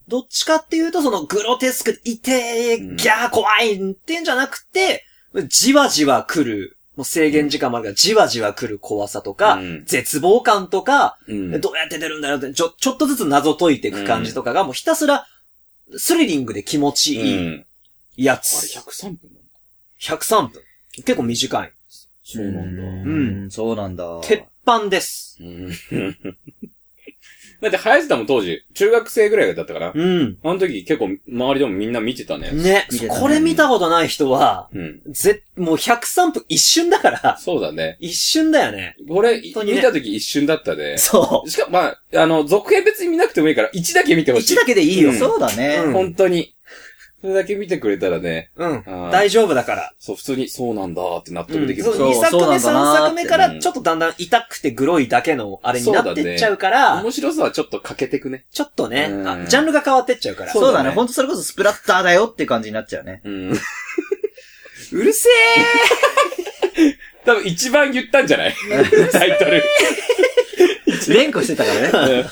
S1: どっちかっていうと、その、グロテスク、痛え、
S3: うん
S1: ギャー、怖いってんじゃなくて、じわじわ来る、もう制限時間もあるから、じわじわ来る怖さとか、
S3: うん
S1: 絶望感とか、
S3: うん。
S1: どうやって出るんだろうって、ちょ、ちょっとずつ謎解いていく感じとかが、もうひたすら、スリリングで気持ち
S3: う
S1: いい
S3: ん。
S1: や
S3: あれ
S1: つ。
S3: 103分なんだ。
S1: 103分。結構短い。
S2: そうなんだ。
S1: うん
S2: うん、そうなんだ。
S1: 鉄板です。
S3: うん。 <laughs> だって、林田も当時、中学生ぐらいだったから、
S1: うん。
S3: あの時結構周りでもみんな見てたね。
S1: ね
S2: 見て、たね
S1: これ見たことない人は、
S3: うん。
S1: ぜ、もう103分一瞬だから、
S3: そうだね。
S1: 一瞬だよね。
S3: これ、
S1: 本当にね
S3: 見た時一瞬だったで。
S1: そ
S3: しかも、まあ、あの、続編別に見なくてもいいから、1だけ見て
S1: う。
S3: ほし
S1: 一
S3: い。
S1: だけでいいよ。
S3: うん
S2: そうだね。
S1: うん
S3: 本当に。それだけ見てくれたらね、
S1: うん。
S3: あー
S1: 大丈夫だから。
S3: そう、普通に、そうなんだーって納
S1: う
S3: 得
S1: ん、
S3: できる。
S1: そう
S2: そう
S1: 2作目、
S2: そ
S1: 3
S2: うなんだなーって
S1: 作目から、ちょっとだんだん痛くてグロいだけの、あれになってっちゃうから、
S3: 面白さはちょっと欠けてくね。
S1: ちょっとね、
S3: うん
S1: あジャンルが変わってっちゃうから。
S2: そうだ
S3: そうだ
S2: ね。
S3: ね
S2: ほんとそれこそスプラッターだよって感じになっちゃうね。
S3: うん。
S1: うるせ
S3: 多分一番言ったんじゃないタイトル。
S2: 連呼してた
S3: <laughs>
S2: からね。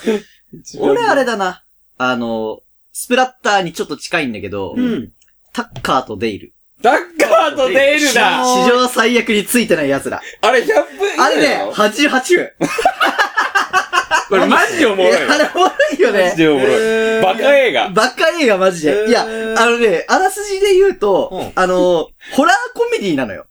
S2: 俺あれだな。あの、スプラッターにちょっと近いんだけど、
S1: えうん。
S2: タッカーとデイル。
S3: ダッカーとデールだ
S2: 史上最悪についてない奴ら。
S3: あれ100分
S2: あれね、88分。
S3: これマジでおもろい
S2: い
S3: よ。
S2: やあれおもろいよ
S3: マ
S2: ね
S3: ジ。でおもろい。
S1: えー
S3: バカ映画。
S2: バカ映画マジ
S1: えー
S2: で。いや、あのね、あらすじで言うと、
S1: うん
S2: あの、ホラーコメディなの
S3: <laughs>
S2: よ。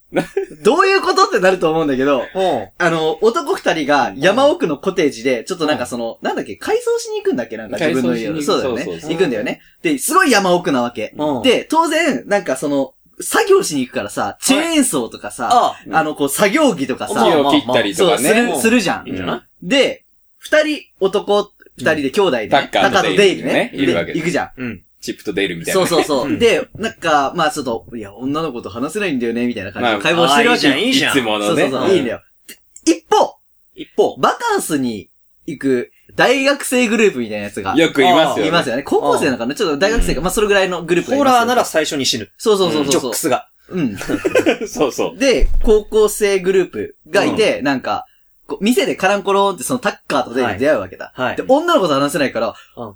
S2: どういうことってなると思うんだけど、
S1: うん。
S2: あの、男二人が山奥のコテージで、ちょっとなんかその、なんだっけ、改装しに行くんだっけなんか自分の家
S3: 改
S2: を。
S3: 装
S2: そう
S3: しに行く
S2: だよ
S3: そうそう
S2: ね。
S3: そう
S2: 行くんだよね。で、すごい山奥なわけ。
S1: うん
S2: で、当然、なんかその、作業しに行くからさ、チェーンソーとかさ、
S1: あ
S2: あの、こう、作業着とか
S3: 木
S1: まあ
S2: さ、
S3: を切ったりと
S2: そ
S3: か
S2: う、す
S3: ね。
S2: る、するじゃ
S3: いいんじゃ
S2: ん。
S3: な
S2: で、二人、男二人で兄弟で、
S3: タッカーとデイリーね
S2: タッカーとデイリー
S3: いるわけ
S2: で行くじゃん。
S3: チップとデールみたい
S2: そ
S3: な
S2: う。そうそうう。
S1: ん
S2: で、なんか、まあちょっと、いや、女の子と話せないんだよね、みたいな感じ
S3: まあ
S2: で会話してるわけよ。
S1: あーいいじゃん
S3: いつも
S2: そ
S3: の
S2: う
S3: ね。
S2: そうそう、いいんだよ。一方、
S1: 一方。
S2: バカンスに行く大学生グループみたいなやつが、
S3: よくいますよ。
S2: いますよね。高校生なのかなちょっと大学生か、まあそれぐらいのグループがい
S1: ホ
S2: ますよ
S1: ラーなら、最初に死ぬ。
S2: そうそうそう
S1: ジ
S2: そ
S1: ョッ
S2: うそう
S1: ク。スが。
S2: うん。
S3: <laughs> そうそう。
S2: で、高校生グループがいて、なんか、こう店でカランコロンってそのタッカーとデイに出会うわけだ。
S1: はい
S2: で、。女の子と話せないから、
S1: うん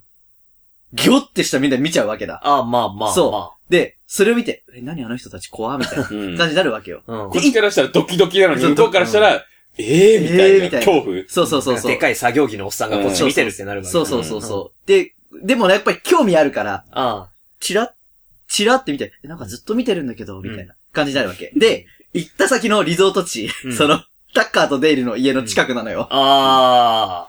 S2: ギョってしたみんな見ちゃうわけだ。
S1: ああ、まあまあ。
S2: そで、それを見て、え、何あの人たち怖みたいな
S3: うん
S2: 感じになるわけよ。
S1: う。うん
S3: こ。っちからしたらドキドキなのに、
S2: そう
S3: 向こうからしたら、ええみた
S2: え
S3: い
S2: ー
S3: な。
S2: みたいな
S3: 恐怖。
S2: そうそうそうそう。
S1: でかい作業着のおっさんがこっち見てるってなるわけだ
S2: そうそうそうそう。で、でもねやっぱり興味あるから、
S1: あ
S2: チラッ、チラッって見て、えなんかずっと見てるんだけど、みたいな感じになるわけ。で、行った先のリゾート地、
S1: うん
S2: その、タッカーとデイルの家の近くなのよ。
S1: あ。あ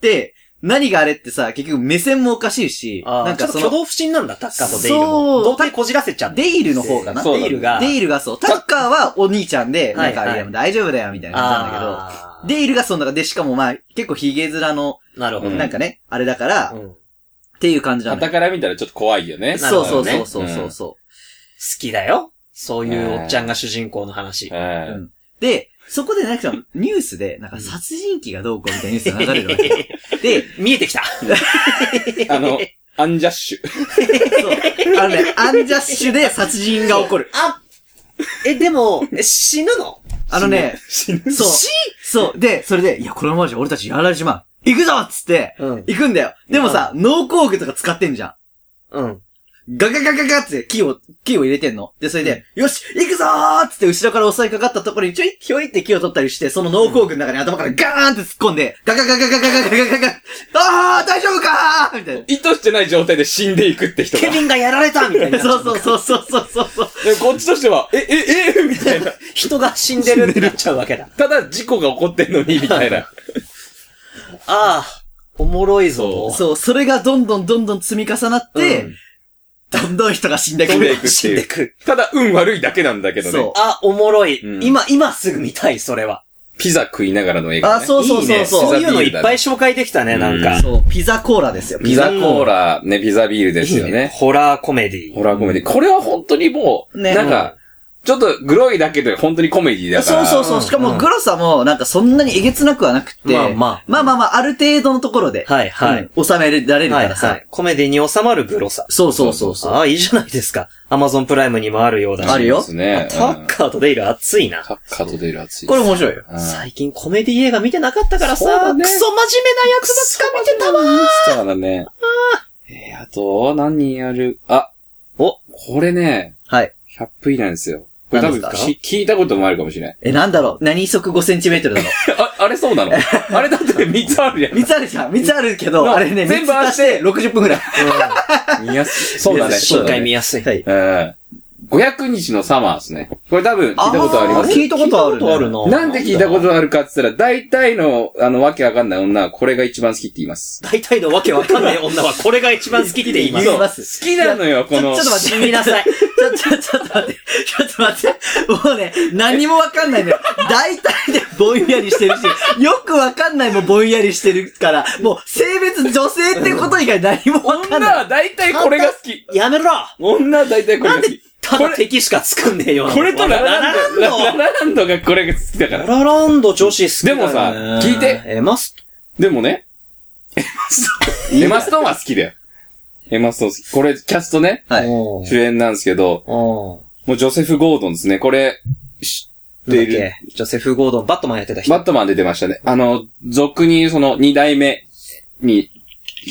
S2: で、何があれってさ、結局目線もおかしいし、
S1: あ。な
S2: なんん
S1: か
S2: か
S1: ちょ
S2: そ
S1: っと挙
S2: の、
S1: 動不審なんだ、タッカーとデイルも。
S2: そう
S1: 童貞こじらせちゃって。
S2: デイルの方かな
S3: そう
S1: デイルが。
S2: デイルがそう、タッカーはお兄ちゃんで、
S1: は
S2: ないんか、
S1: はい
S2: いや大丈夫だよ、みたいな感じなんだ
S1: あー
S2: けど、デイルがそんな、で、しかもまあ、結構ヒゲ面の、
S1: なるほど
S2: な
S1: ね。
S2: んかね、あれだから、
S1: う
S2: っ
S1: ん好
S2: ていう感じなのよ
S3: 傍から見たらちょっと怖いよ
S1: な
S3: ね。
S1: る
S2: そう
S1: ほ
S2: そ
S1: ど
S2: う
S1: ね
S2: そうそうそうそう。
S1: きだよ。そういうおっちゃんが主人公の話。
S3: は
S2: う
S3: い
S2: んで、そこでなんかニュースで、なんか殺人鬼がどうこうみたいなニュースが流れるわけよ。で、
S1: <laughs> 見えてきた。
S3: あ
S2: <laughs>
S3: の、アンジャッシュ。
S2: そう。あのね、アンジャッシュで殺人が起こる。
S1: あえ、でも、 <laughs> え死ぬの
S2: あのね、
S3: 死ぬ
S2: そう。そう。で、それで、いや、このままじゃ俺たちやられちまう。行くぞっつって、
S1: うん。
S2: 行くんだよ。でもさ、農工具とか使ってんじゃ
S1: うん。
S2: ん。ガガガガガって木を、木を入れてんの。で、それで、よし行くぞーっつって後ろから襲いかかったところにちょい、ひょいって木を取ったりして、その農工具の中に頭からガーンって突っ込んで、ガガガガガガガガガガガあー大丈夫かーみたいな。
S3: 意図してない状態で死んでいくって人が。
S1: ケビンがやられたみたい <laughs> な。
S2: そうそうそうそうそうそうそう。
S3: でこっちとしては、え、え、え、みた
S2: <laughs>
S3: いな。
S1: 人が死んでるってなっちゃうわけ <laughs> だ。
S3: ただ事故が起こってんのに、みたいな。
S1: ああ、おもろいぞ。
S2: そう、それがどんどんどんどん積み重なって、
S1: うん
S2: どんどん人が死んでく
S3: 飛んでい
S2: る。
S3: くって
S1: 死ん
S3: い
S1: で
S3: う。
S1: く。
S3: ただ運悪いだけなんだけどね
S2: そ。
S1: あ、おもろい。
S3: うん
S1: 今、今すぐ見たい、それは。
S3: ピザ食いながらの映画、
S2: あ、
S3: ね。
S2: そうそう
S1: いい
S2: そ
S1: ね
S2: うそう。
S1: そういうのいっぱい紹介できたね、なんか。
S2: そう、ピザコーラですよ。
S3: ピザコーラ、ね、ピザビールですよ
S1: いい
S3: ね。
S1: ホラーコメディ
S3: ホラーコメディ。これは本当にもう、
S2: ね
S3: なんか、ちょっとグロいだけで本当にコメディだか
S2: そう
S3: ら。
S2: そうそう。しかも、グロさも、なんかそんなにえげつなくはなくて。
S1: まあまあ
S2: まあまあまあ、ある程度のところで。
S1: はいはい
S2: うん収められる
S1: は
S2: か
S1: い
S2: らさ。
S1: はい。コメディに収まるグロさ。
S2: そうそうそうそう。
S1: ああ、いいじゃないですか。アマゾンプライムにもあるようだし。
S2: あるよ
S3: そうですね。
S1: タッカーとデイル熱いな。
S3: カッカと出る熱い。
S2: これ面白いよ。
S3: うん、
S1: 最近コメディ映画見てなかったから
S3: そうだ
S1: さ、
S3: ね
S1: クソ真面目な役ばっか見てたわ。
S3: そうだね。えー、あと、何やるあ、
S1: お、
S3: これね、
S2: はい。
S3: 100分以内ですよ。これ多分
S2: 何ですか
S3: き聞いたこともあるかもしれない。
S2: え、なんだろう何速5センチメートルだろう
S3: <laughs> あ、あれそう
S2: <laughs>
S3: なのあれだって3つあるや
S2: 3つあるじゃん ?3 つあるけど、あれね、
S3: 全部
S2: 三つ足して60分くらい。
S3: ん。見やすい。そうだね。
S2: 見やすい
S3: そう
S1: 深
S3: だ
S1: 海見
S3: ね。
S1: やすい。
S2: はい。
S3: うん。 500日のサマーですね。これ多分聞いたことあります
S2: 聞いたことある
S1: 聞い
S2: ね
S1: たことあるな。
S3: なんで聞いたことあるかって言ったら、大体の、あの、わけわかんない女はこれが一番好きって言います。
S1: 大体のわけわかんない女はこれが一番好きって言いま
S2: 言い
S1: す。
S2: ます。
S3: 好きなのよ、この。
S2: ちょちょっと待って
S1: 死になさい。
S2: ちょ、ちょ、ちょっと待って。ちょっと待って。もうね、何もわかんないのよ。大体でぼんやりしてるし、よくわかんないもぼんやりしてるから、もう性別女性ってこと以外何もわかん
S3: 女
S2: ない。
S3: は大体これが好き。
S1: やめろ
S3: 女は大体これが好き。
S1: ただ敵しか作んねえような。
S3: これとララランド、
S1: ラララ
S3: ラ
S1: ン
S3: ラランドがこれが好きだか
S1: ド。
S3: ら。
S1: ララランド女子好きだよね
S3: でもさ聞いて
S2: えー、マス
S3: でもね、エマストーンは好きだよ。エマストーン好き。これ、キャストね、
S2: は
S1: う
S2: い。
S1: ん
S3: 主演なんですけど、
S1: うん。
S3: もうジョセフ・ゴードンですね。これ、知っている。
S1: ジョセフ・ゴードン、バットマンやってた人。
S3: バットマンで出ましたね。あの、俗にその二代目に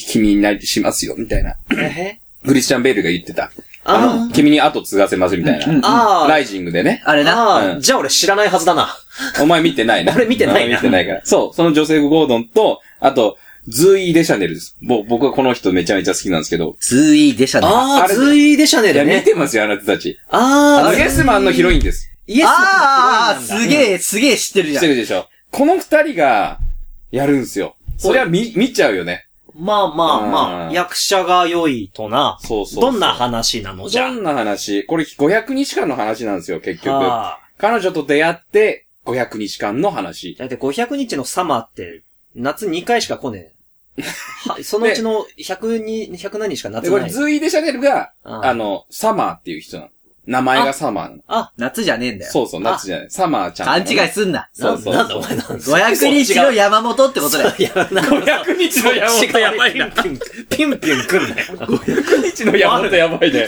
S3: 君になりしますよ、みたいな。
S1: え
S3: クリスチャン・ベールが言ってた。あ
S1: あ
S3: の、君に後継がせます、みたいな。
S1: あ
S3: ラ
S1: ー
S3: イジングでね。
S2: あれな。
S1: あ
S3: う
S1: ー、
S3: ん
S1: じゃあ俺知らないはずだな。
S3: お前見てないな。
S1: <laughs> 俺見てないな
S3: お前見てないから。そう、そのジョセフ・ゴードンと、あと、ズーイ・デシャネルです。ぼ僕はこの人めちゃめちゃ好きなんですけど。
S2: ズーイーでしたね。
S1: あ
S3: あ
S1: あ、
S3: れ
S1: ズイ・デシャネ
S3: いや、
S1: ル
S3: 見
S1: ね。
S3: てますよ、あなたたち。
S1: あ
S3: あ
S1: あ、
S3: のイエスマンのヒロインです。
S1: イエス
S2: あーあー、す
S1: え。
S2: げえ、すげえ知ってるじ
S3: 知
S2: ゃん
S3: って。るでしょ。この二人が、やるんすよ。そりゃ見、見ちゃうよね。
S1: まあまあま
S3: う
S1: あ、
S3: ん
S1: 役者が良いとな。
S3: そうそうそう
S1: どんな話なのじゃ
S3: どんな話これ500日間の話なんですよ、結局。
S1: あ。
S3: 彼女と出会って、500日間の話。
S1: だいたい500日のサマーって、夏2回しか来ねえ。はそのうちの100に、100何日しか夏
S3: で、こ
S1: な
S3: れ、
S1: い。
S3: ズーイ・デシャネルが、
S1: あー
S3: あの、サマーっていう人なの。名前がサマーなの。
S2: 夏じゃねえんだよ。
S3: そうそう、夏じゃない。サマーちゃんな
S2: 勘
S3: の。
S2: 違いすんな。
S3: そうそう。
S1: なんだお前なんだ。
S2: 500日の山本ってことだよ。
S1: いや、なんか
S3: 500日の山
S1: 違う
S3: 本やばいな。
S1: ピンピン、ピンピン来るね。
S3: 500日の山本やばいね。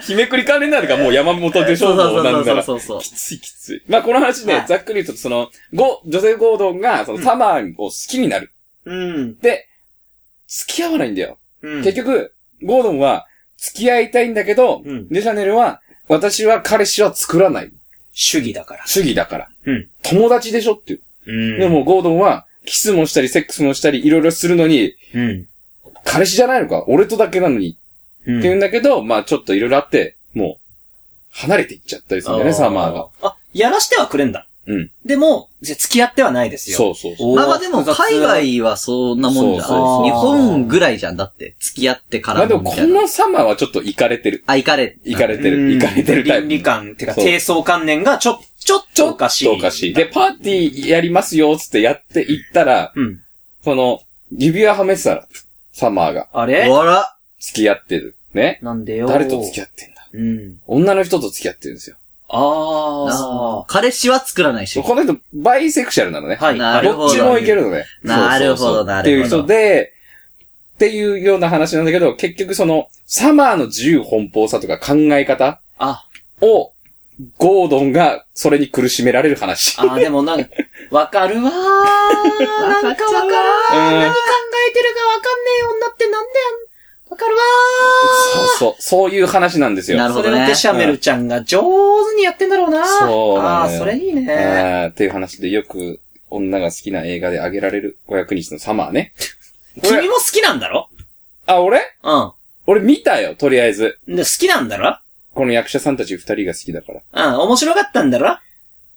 S3: 日めくり関連なるかもう山本でしょ、
S2: そう
S3: もう
S2: <laughs>
S3: な
S2: そ
S3: ん
S2: うそ
S3: な
S2: う
S3: ら。
S2: そうそう
S3: き。ついきつい。まあこの話ね、
S2: はい
S3: ざっくり言うと、その、ゴ、女性ゴードンが、その、サマーを好きになる。
S1: うん。
S3: で、付き合わないんだよ。
S1: うん
S3: 結局、ゴードンは、付き合いたいんだけど、
S1: うん
S3: デシャネルは、私は彼氏は作らない。
S1: 主義だから。
S3: 主義だから。
S1: うん
S3: 友達でしょっていう。
S1: うん
S3: で、も、ゴードンは、キスもしたり、セックスもしたり、いろいろするのに、
S1: うん。
S3: 彼氏じゃないのか俺とだけなのに、
S1: うん
S3: って言うんだけど、まあちょっといろいろあって、もう、離れていっちゃったりするんだよ
S2: あ
S3: ね、
S2: ー
S3: サマーが。
S1: あ、やらしてはくれんだ。
S3: うん。
S1: でも、じゃ付き合ってはないですよ。
S3: そうそうそ
S1: お
S3: う。
S1: ー
S2: まあまあでも、海外はそんなもんじゃん。
S3: そう
S1: そうそう
S2: 日本ぐらいじゃん。だって、付き合ってか
S3: まあ
S2: ら
S3: で
S2: のみ
S3: も、こ
S2: たいな。
S3: のサマーはちょっとイカれてる。
S2: あ、行かれ。
S3: イカれて
S1: うん
S3: る。イカれてるタイ
S1: 倫
S3: プ。
S1: 理観、ってか、
S3: そう
S1: 低層観念がちょ、ちょっ
S3: ちょ
S1: と
S3: っ
S1: おかしい。
S3: とおかしい。で、パーティーやりますよ、つってやっていったら、
S1: うん。
S3: その、指輪はめてたら、サマーが。
S1: あ
S2: あ
S1: れ
S2: ら。
S3: 付き合ってる。ね。
S1: なんでよ。
S3: 誰と付き合ってんだ
S1: うん。
S3: 女の人と付き合ってるんですよ。
S1: ああ。
S2: 彼氏は作らないし。
S3: この人、バイセクシャルなのね。
S1: はい。
S2: なるほ
S3: どっちもいけるのね。
S2: なるほど
S3: そうそうそう
S2: なるほど
S3: っていう人で、っていうような話なんだけど、結局その、サマーの自由奔放さとか考え方
S1: あ、
S3: を、ゴードンがそれに苦しめられる話。
S1: あーでもなんか、わかるわー。なんかわかるわー。何考え
S3: うん
S1: てるかわかんねえ女ってなんだよ。わかるわ
S3: そうそう。そういう話なんですよ。
S2: な
S1: ー。
S2: るほ
S1: そ
S2: ど
S1: れ
S2: ね
S1: をデシャメルちゃんが上手にやってんだろうな。
S3: そう
S1: あ
S3: な
S1: あ
S3: のよ
S1: ー、それいい
S3: あ
S1: ね。
S3: ーっていう話でよく、女が好きな映画であげられる500日のサマ
S2: <laughs>
S3: ーね。これ
S1: 君も好きなんだろ
S3: あ、俺
S1: う
S3: 俺見たよ、とりあえず。
S1: ん。で、好きなんだろ
S3: この役者さんたち二人が好きだか
S1: う
S3: ら。
S1: ん、面白かったんだろ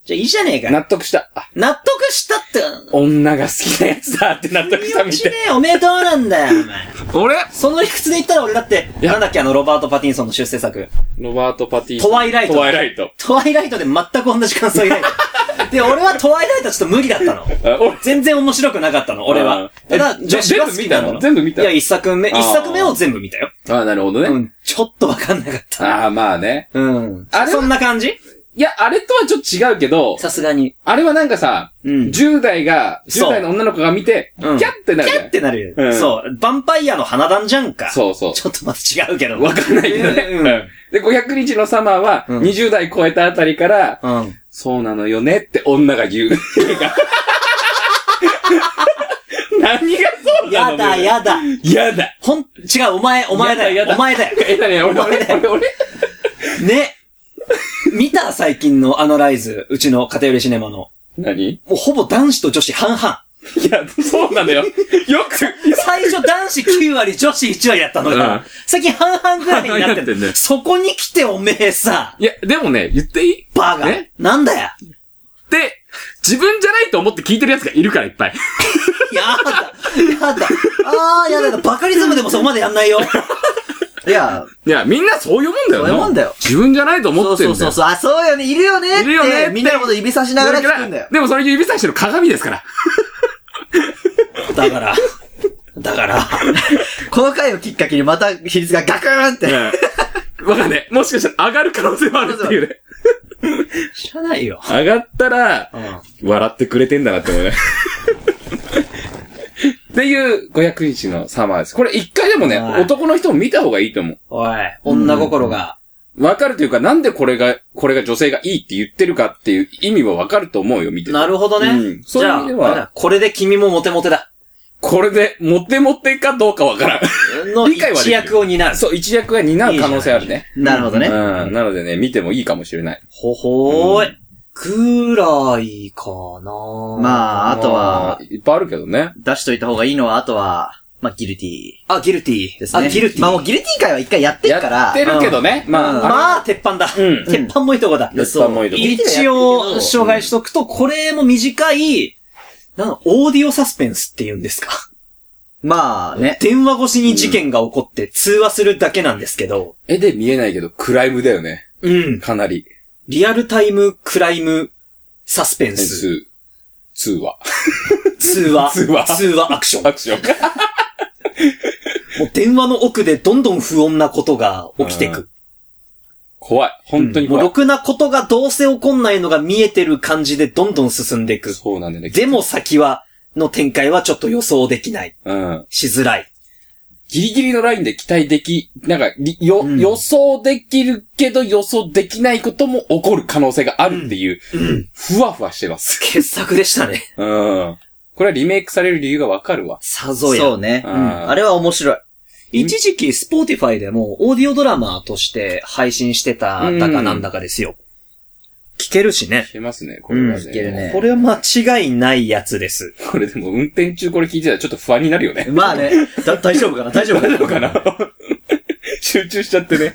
S1: じゃあいいじゃねえか。
S3: 納得した。あ、
S1: 納得したって。
S3: 女が好きなやつだって納得したみ
S1: ち
S3: た
S1: ね
S3: い。
S1: え、おめでとうなんだよ、お前。
S3: <laughs> 俺
S1: その理屈で言ったら俺だって、
S3: いや
S1: なんだっけあの、ロバート・パティンソンの出世作。
S3: ロバート・パティ
S1: トワイライト
S3: トワイライト。
S1: トワイライトで全く同じ感想言えない。
S3: <laughs>
S1: で、俺はトワイライトはちょっと無理だったの。
S3: あ俺、
S1: 全然面白くなかったの、俺
S3: う
S1: は
S3: ん。
S1: ただ、
S3: え
S1: 女子が好きなの。
S3: 全部見たの全部見た
S1: いや、一作目、
S3: あー
S1: 一作目を全部見たよ。
S3: あなるほどね。
S1: うん、ちょっとわかんなかった。
S3: ああ、まあね。
S1: うん。
S3: あれは
S1: そんな感じ
S3: いや、あれとはちょっと違うけど、
S1: さすがに。
S3: あれはなんかさ、
S1: うん。
S3: 10代が、10
S1: そう
S3: 代の女の子が見て、キ
S1: う
S3: ャ
S1: ん
S3: ッてなる
S1: キ
S3: じゃ
S1: ャ
S3: ん
S1: ッてなる
S3: う
S1: よ。
S3: ん
S1: そう。ヴァンパイアの花壇じゃんか。
S3: そうそう。
S1: ちょっとまた違うけど。
S3: わかんないけどね。
S1: うんうん
S3: で、500日のサマーは、
S1: うん
S3: 20代超えたあたりから、
S1: うん。
S3: そうなのよねって女
S1: <laughs>
S3: が言う。何がそうな
S1: や
S3: のよ
S1: だ、やだ。
S3: やだ。
S1: ほん、違う、お前、お前だ
S3: や
S1: よ。
S3: だやだ
S1: お前だよ。
S3: え、なに、俺、俺、俺、俺。
S1: ね。見た最近のあのライズ、うちの家庭よりシネマの。
S3: 何
S1: もうほぼ男子と女子半々。
S3: いや、そうなのよ。よく、
S1: 最初男子9割、女子1割だったの
S3: うん
S1: が、最近半々ぐらいになって
S3: 半々になってんね
S1: る。そこに来ておめえさ、
S3: いや、でもね、言っていいっ
S1: バーガー
S3: え。
S1: なんだよ。
S3: て、自分じゃないと思って聞いてる奴がいるからいっぱい。
S1: やだ。やだ。あー、やだやだ。バカリズムでもそこまでやんないよ。
S2: いや、
S3: いや、みんなそういうもんだよな。
S2: そういうもんだよ
S3: 自分じゃないと思
S2: そう
S3: ってる
S2: そ
S3: ん
S2: う
S3: だ
S2: そう
S3: よ。
S2: そう、あ、そうよね、いるよねって
S3: いるよねって
S2: みんなのこと指さしながら
S3: だ
S2: 聞
S3: か
S2: くんだよ
S3: ら。でもそれ指差してる鏡ですから。
S1: だから。だから。
S2: この回をきっかけにまた比率がガクーンって。
S3: わかんない。もしかしたら上がる可能性もあるっていうね。
S1: 知らないよ。
S3: 上がったら、
S1: うん。
S3: 笑ってくれてんだなって思うね。っていう500日のサマーです。これ一回でもね、
S1: はい
S3: 男の人も見た方がいいと思う。
S1: おい、女心が。
S3: わかるというか、なんでこれが、これが女性がいいって言ってるかっていう意味はわかると思うよ、見てて。
S1: なるほどね。
S3: うん
S1: じゃ
S3: そういう意
S1: あ、
S3: 味では
S1: あれだこれで君もモテモテだ。
S3: これで、モテモテかどうかわから
S1: の
S3: 理解はでき
S1: 一
S3: る。。
S1: 役を担うん <laughs>
S3: そう、一役が担う可能性あるね。
S2: なるほど
S3: う
S2: ね。
S3: ん。なのでね、見てもいいかもしれない。
S1: ほほーい。ぐらいかな
S2: まあ、あとは
S3: まあ、いっぱいあるけどね。
S2: 出しといた方がいいのは、あとは、まあ、ギルティ
S1: あ、ギルティー。
S2: ですね。
S1: あ、ギルティー。
S2: まあもうギルティ会は一回やって
S3: や
S2: るから。
S3: ってるけどね。まあ、
S1: まあ、鉄板だ。
S3: うん
S1: 鉄板もいいとこだ。
S3: やっぱもういいとこ
S2: いい
S1: 一応、紹介しとくと、これも短い、なんかオーディオサスペンスって言うんですか。
S2: うん。まあね。
S1: 電話越しに事件が起こって通話するだけなんですけど、
S3: 絵で見えないけど、クライムだよね。
S1: うん。
S3: かなり。
S1: リアルタイムクライムサスペンス、
S3: 数、通話。
S1: 通話、
S3: 通話
S1: 通話アクション。
S3: アクション。
S1: もう電話の奥でどんどん不穏なことが起きてく。
S3: 怖い。本当に
S1: もう
S3: 怖い。
S1: ろくなことがどうせ起こんないのが見えてる感じでどんどん進んでいく。
S3: そうなんだよね。
S1: でも先は、の展開はちょっと予想できない。
S3: うん。
S1: しづらい。
S3: ギリギリのラインで期待でき、なんか、りよ、
S1: うん
S3: 予想できるけど予想できないことも起こる可能性があるっていう、ふわふわしてます。
S1: 傑作でしたね。
S3: うん。これはリメイクされる理由がわかるわ。
S1: さぞや。
S2: そうね。
S3: う
S2: うんん。あれは面白い。
S1: 一時期、スポーティファイでも、オーディオドラマとして配信してただかなんだかですよ。聞けるしね。
S3: してますね、これはね。
S2: うんいけるね
S1: これは間違いないやつです。
S3: これでも運転中これ聞いてたらちょっと不安になるよね。
S2: まあね。だ大丈夫かな大丈夫
S3: 大丈夫かな <laughs> 集中しちゃってね。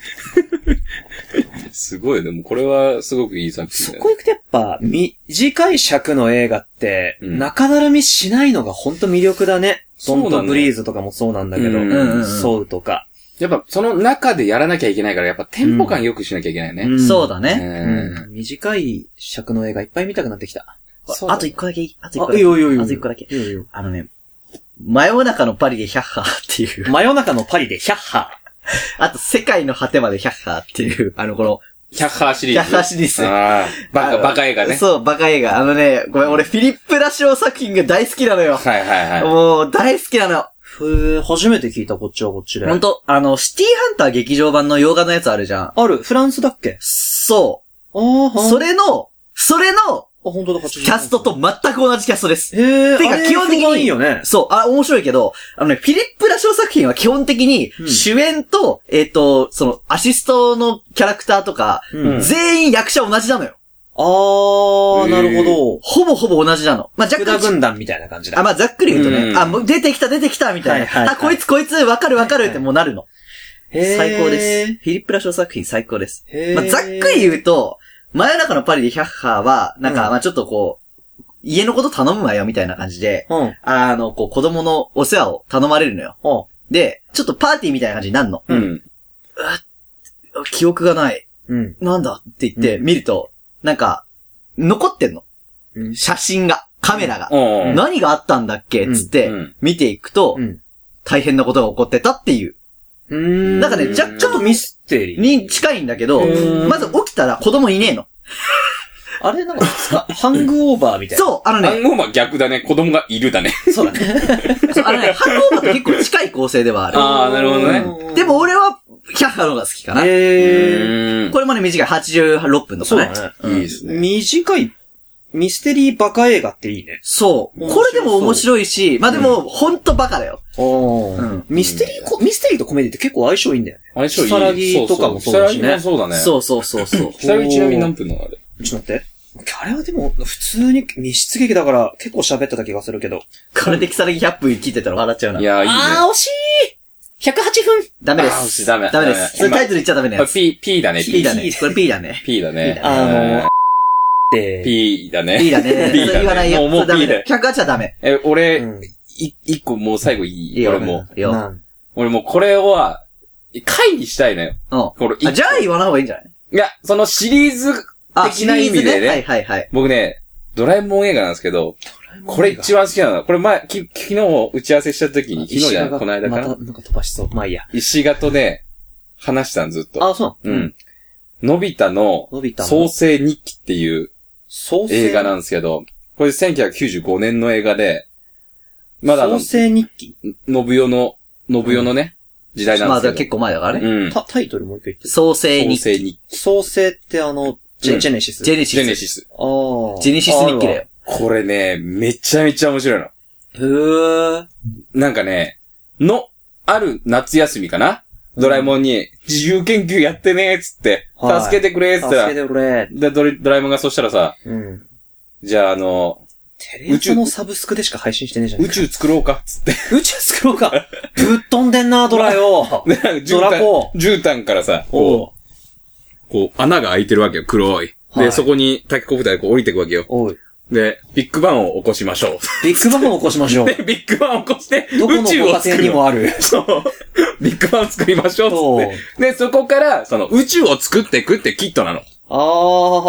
S3: <laughs> すごいよね。もうこれはすごくいい作品
S1: そ
S3: だよ
S1: こ
S3: ね。
S1: 行くとやっぱ、短い尺の映画って、
S3: うん
S1: 中だるみしないのが本当魅力だね。
S3: そ
S1: ド
S3: うだね
S1: ントブリーズとかもそうなんだけど、
S3: うん
S2: うんうん
S1: ソウとか。
S3: やっぱその中でやらなきゃいけないから、やっぱテンポ感よくしなきゃいけないよね。
S2: そうだ
S3: う
S2: ね。
S3: ん
S1: うん短い尺の映画いっぱい見たくなってきた。
S3: そうだね
S2: あと一個だけいい、あと一
S1: あ、
S2: 個だ
S1: いい
S2: け。
S1: よいいよいいよ。
S2: あと一個だけ
S1: いいよいいよ
S2: あのね、真夜中のパリでヒャッハーっていう。 <laughs>
S1: 真夜中のパリでヒャッハ
S2: あと、世界の果てまでヒャッハーっていう、あの、この、
S3: キャッハーシリ
S2: ヒャ
S3: ー
S2: ッ
S3: ズ。
S2: ハーシリーズ。
S3: ああ、バ
S2: あ
S3: カ、
S2: の
S3: バカ映画ね。
S2: そう、バカ映画。あのね、ごめん、俺、フィリップ・ラシオ作品が大好きなのよ。
S3: はいはいは
S2: もう、大好きなの。
S1: ー。ふー、初めて聞いたこっちはこっちで。
S2: ほんと、あの、シティハンター劇場版の洋画のやつあるじゃん。
S1: ある、フランスだっけ
S2: そ
S1: ああ、
S2: う。それの、それの、
S1: あ、本当だ、
S2: キャストと。全く同じキャストです。
S1: へえ。
S2: てか
S1: あれ
S2: 基本的に
S1: 評判いいよね。
S2: そう、あ、面白いけど、あのね、フィリップ・ラシオ作品は基本的に
S1: う、ん
S2: 主演と、えっ、と、その、アシストのキャラクターとか、
S1: うん
S2: 全員役者同じなのよ。
S1: あー、なるほ
S2: ほぼほぼ同じなの。まあ、
S1: ど。
S2: 若
S1: 福田
S2: 干
S1: 軍団みたいな感じだ
S2: あ、。まあ、ざっくり言うとね、
S3: うん
S2: あ、もう出てきた出てきたみたい
S1: は
S2: な。
S1: いはいはい
S2: あ、こいつこいつ、わかるわかるってもうなるの。
S1: へー
S2: 最高です。。フィリップ・ラショー作品最高です。
S1: へー
S2: まあ、ざっくり言うと、真夜中のパリでヒャッハーは、なんか、
S1: うん
S2: まあちょっとこう、家のこと頼むわよみたいな感じで、
S1: うん。
S2: あの、こう、子供のお世話を頼まれるのよ。
S1: お
S2: で、ちょっとパーティーみたいな感じになるの。
S3: い。うん。
S2: 記憶がない。
S1: うん。
S2: なんだって言って、見ると、なんか、残ってんの。
S1: うん
S2: 写真が、カメラが。
S3: おー
S2: 何があったんだっけつっ
S3: うんう
S2: て
S3: ん、
S2: 見ていくと、
S1: うん
S2: 大変なことが起こってたっていう、
S1: うーん
S2: なんかね若干
S1: ちょっとミステリー。
S2: に近いんだけど
S3: へー、
S2: まず起きたら子供いねえの。
S1: あれなんか、
S2: <laughs>
S1: ハングオーバーみたいな。
S2: そう、あのね、
S3: 暗号は逆だね。子供がいるだね。
S1: そうだね。
S2: そうあの <laughs> ね、ハンオーバーと結構近い構成ではあ
S3: あーなるほどね
S2: る。でも、俺は、ヒャッハの方が好きかな。
S1: へえ。
S2: これまで短い86分と
S1: そう
S2: かね。
S1: だ
S3: いいです
S1: ね。
S3: ね。
S1: 短い、ミステリーバカ映画っていいね。
S2: そう。
S1: 面白
S2: こ
S1: そう
S2: れでも面白いし、まあでも、ほんとバカだよ。
S1: お
S2: うん
S1: ミステリーこ、ミステリーとコメディって結構相性いいんだよね。
S3: 相性いい。
S1: 如月とかもそうだしね
S3: 如月もそうだね。
S2: そうそうそうそう。
S3: う。さらぎちなみに何分なのあれ。
S1: ちょっと待って。あれはでも、普通に密室劇だから結構喋ってた気がするけど。
S2: <laughs> これでキサラギ100分聞いてたら笑っちゃうな。
S3: いやー、いいね。
S1: あー、惜しい !108 分
S2: ダメで
S3: あー
S2: す。
S3: ダメ
S2: ダメで
S3: ダメ
S2: す。それタイトル言っちゃダメなや
S3: これ
S2: つ。
S3: P、P だね。
S2: P だ
S3: P
S2: ね。これ P だね。
S3: P だね。
S1: あの
S3: うん
S1: で、
S3: P だね。
S2: P だね。そ
S3: P だね
S2: れ言わないよ。
S3: もうも
S2: それ
S3: う
S2: ダメだよ
S3: P
S2: 108はダメ。
S3: え、
S1: う
S3: 俺、
S1: ん
S3: い一個もう最後いい
S2: いいよ。
S3: 俺も。
S2: いいよ。
S1: なん
S3: 俺もうこれは、回にしたいのよ。
S2: うん。あ
S3: これ一個
S2: じゃあ言わない方がいいんじゃない
S3: いや、そのシリーズ
S2: あ、
S3: 的な意味でね
S2: はいはいはい。
S3: 僕ね、ドラえもん映画なんですけど、これ一番好きなの。これ前、き昨日打ち合わせした時に、昨日じゃないこの間
S1: ま
S3: かな。
S1: たなんか飛ばしそう。まあいいや。
S3: 石形で、話したんずっと。
S1: あ、そうなの
S3: うん。のび太の
S1: のび太の
S3: 創世日記っていう
S1: 創世。
S3: 映画なんですけど、これ1995年の映画で、まだあの、
S1: 創
S3: 信
S1: 世日記
S3: 代の、信代のね、時代
S2: ま
S3: な
S2: あ
S3: んで
S2: だから
S3: すけ
S2: 結構前だから
S3: ど。
S2: ね。
S3: うん。
S1: た、タイトルもう一回言って。
S2: 創世
S3: 創
S2: 日記。
S3: 世日記。
S1: 創世ってあの、ジェ
S3: うん
S1: ジェネシス。
S2: ジェネシ
S3: ジェネ
S2: ス。
S3: シス。
S1: あー
S2: ジェネシス日記だよ。。
S3: これね、めちゃめちゃ面白いの。
S1: へー。
S3: なんかね、の、ある夏休みかな、ドラえもんに、自由研究やってねーっつって、
S1: はい
S3: 助けてくれーっつっ
S1: 助
S3: た
S1: け
S3: ら、
S1: てくれ。
S3: でドラ、ドラえもんがそしたらさ、
S1: うん。
S3: じゃああの、
S1: テレ朝のサブスクでしか配信してねえじゃん。
S3: 宇宙作ろうかっつって、 <laughs>
S1: 宇宙作ろうか。ぶっ飛んでんな、ドラ
S3: <laughs>
S1: よ。
S3: でなんか
S1: ドラ
S3: 絨
S1: コ
S3: 毯、絨毯からさ、
S1: お
S3: こ
S1: う
S3: う、こう、穴が開いてるわけよ、黒い。
S1: は
S3: で、
S1: い
S3: そこにタケコプターでこう降りてくわけよ。
S1: おい。
S3: で、ビッグバンを起こしましょ
S1: ビッグバンを起こしましょう
S3: <laughs> う。。 <laughs> で、ビッグバンを起こして、
S1: どこの
S3: 宇宙
S1: ご
S3: を
S1: 家
S3: 作
S1: 庭に
S3: ろう。
S1: もある。
S3: そう。ビッグバンを作りましょうっつって。で、そこから、その、宇宙を作っていくってキットなの。
S1: <laughs> あ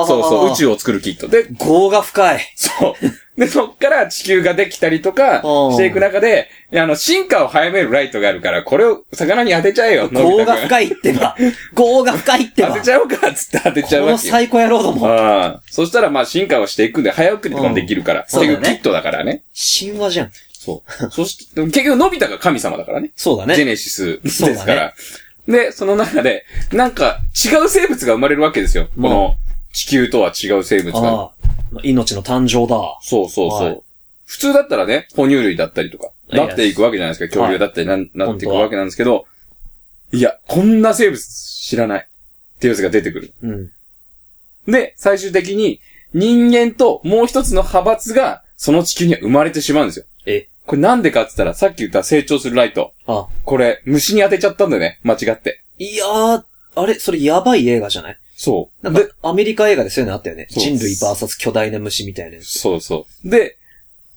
S1: あ。
S3: そうそう、宇。宙を作るキット。で、
S1: 業が深い。
S3: そう。で、そっから地球ができたりとか、
S1: うん
S3: していく中で、あの、進化を早めるライトがあるから、これを魚に当てちゃえよ、のび
S1: 業
S3: 太
S1: が
S3: くん
S1: 深いって
S3: <laughs>
S1: ば。業が深いってば。
S3: 当てちゃおうか、つって当てちゃう
S1: こ
S3: わ
S1: の
S3: けよ。
S1: 最高野郎ども。
S3: ああ。そしたら、まあ、進化をしていくんで、早送りとかもできるから。
S2: そうだね
S3: 結局、キットだからね。
S1: 神話じゃん。 <laughs>
S3: そう。そして、結局、のび太が神様だからね。
S1: そうだ
S3: ジェ
S1: ね。
S3: ネシスで
S1: そうだね
S3: すから。で、その中で、なんか、違う生物が生まれるわけですよ。この、地球とは違う生物が。
S1: ああ。命の誕生だ。
S3: そうそうそう。
S1: はい
S3: 普通だったらね、哺乳類だったりとか、
S1: いや
S3: なっていくわけじゃないですか。恐竜だったりな,、なっていく
S1: 本当は
S3: わけなんですけど、いや、こんな生物知らない。っていうやつが出てくる。
S1: うん。
S3: で、最終的に、人間ともう一つの派閥が、その地球には生まれてしまうんですよ。
S1: え
S3: これなんでかって言ったら、さっき言った成長するライト。
S1: あ
S3: これ、虫に当てちゃったんだよね。間違って。
S1: いやー、あれ、それやばい映画じゃない
S3: そう。
S1: なんか
S3: で、、
S1: アメリカ映画でそういうのあったよね。
S3: そう
S1: 人類バーサス巨大な虫みたいなやつ。
S3: そうそう。で、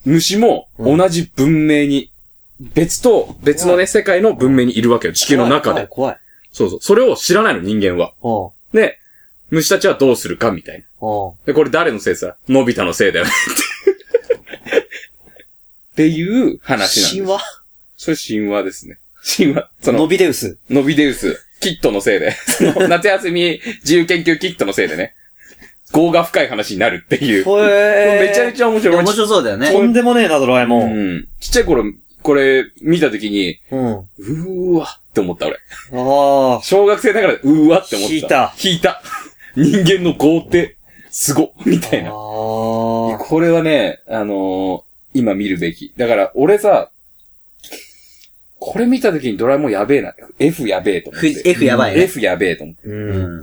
S3: 虫も同じ文明に、別と、別のね、世界の文明にいるわけよ。地球の中で。
S1: 怖い。
S3: そうそう。それを知らないの、人間は。
S1: 怖い
S3: で、虫たちはどうするか、みたいな。
S1: うん。うん。
S3: で、これ誰のせいさのび太のせいだよね。っていう話なんです。
S1: 神話
S3: それ神話ですね。神話。そ
S1: ノ
S3: の、
S1: ビデウス。
S3: ノビデウス、キットのせいで。その夏休み自由研究キットのせいでね。業が深い話になるっていう。
S1: ほえー。
S3: めちゃめ
S1: ゃ。
S3: ちゃ面白い。
S2: 面白そうだよね。
S1: とんでもねえな、ドラえもん。
S3: うん。ちっちゃい頃、これ見たときに、
S1: うん。あ
S3: うーわって思った俺。
S1: あ。
S3: 小学生だからうーわって思った。
S1: 引いた。
S3: 引いた。 <laughs> 人間の豪邸、すごっみたい
S1: あ
S3: な。
S1: あ。
S3: これはね、あのー今見るべき。だから、俺さ、これ見た時にドラえもんやべえな。F やべえと思っ
S2: ふ
S3: て。
S2: F やばいね。
S3: F やべえと思って。
S1: うん。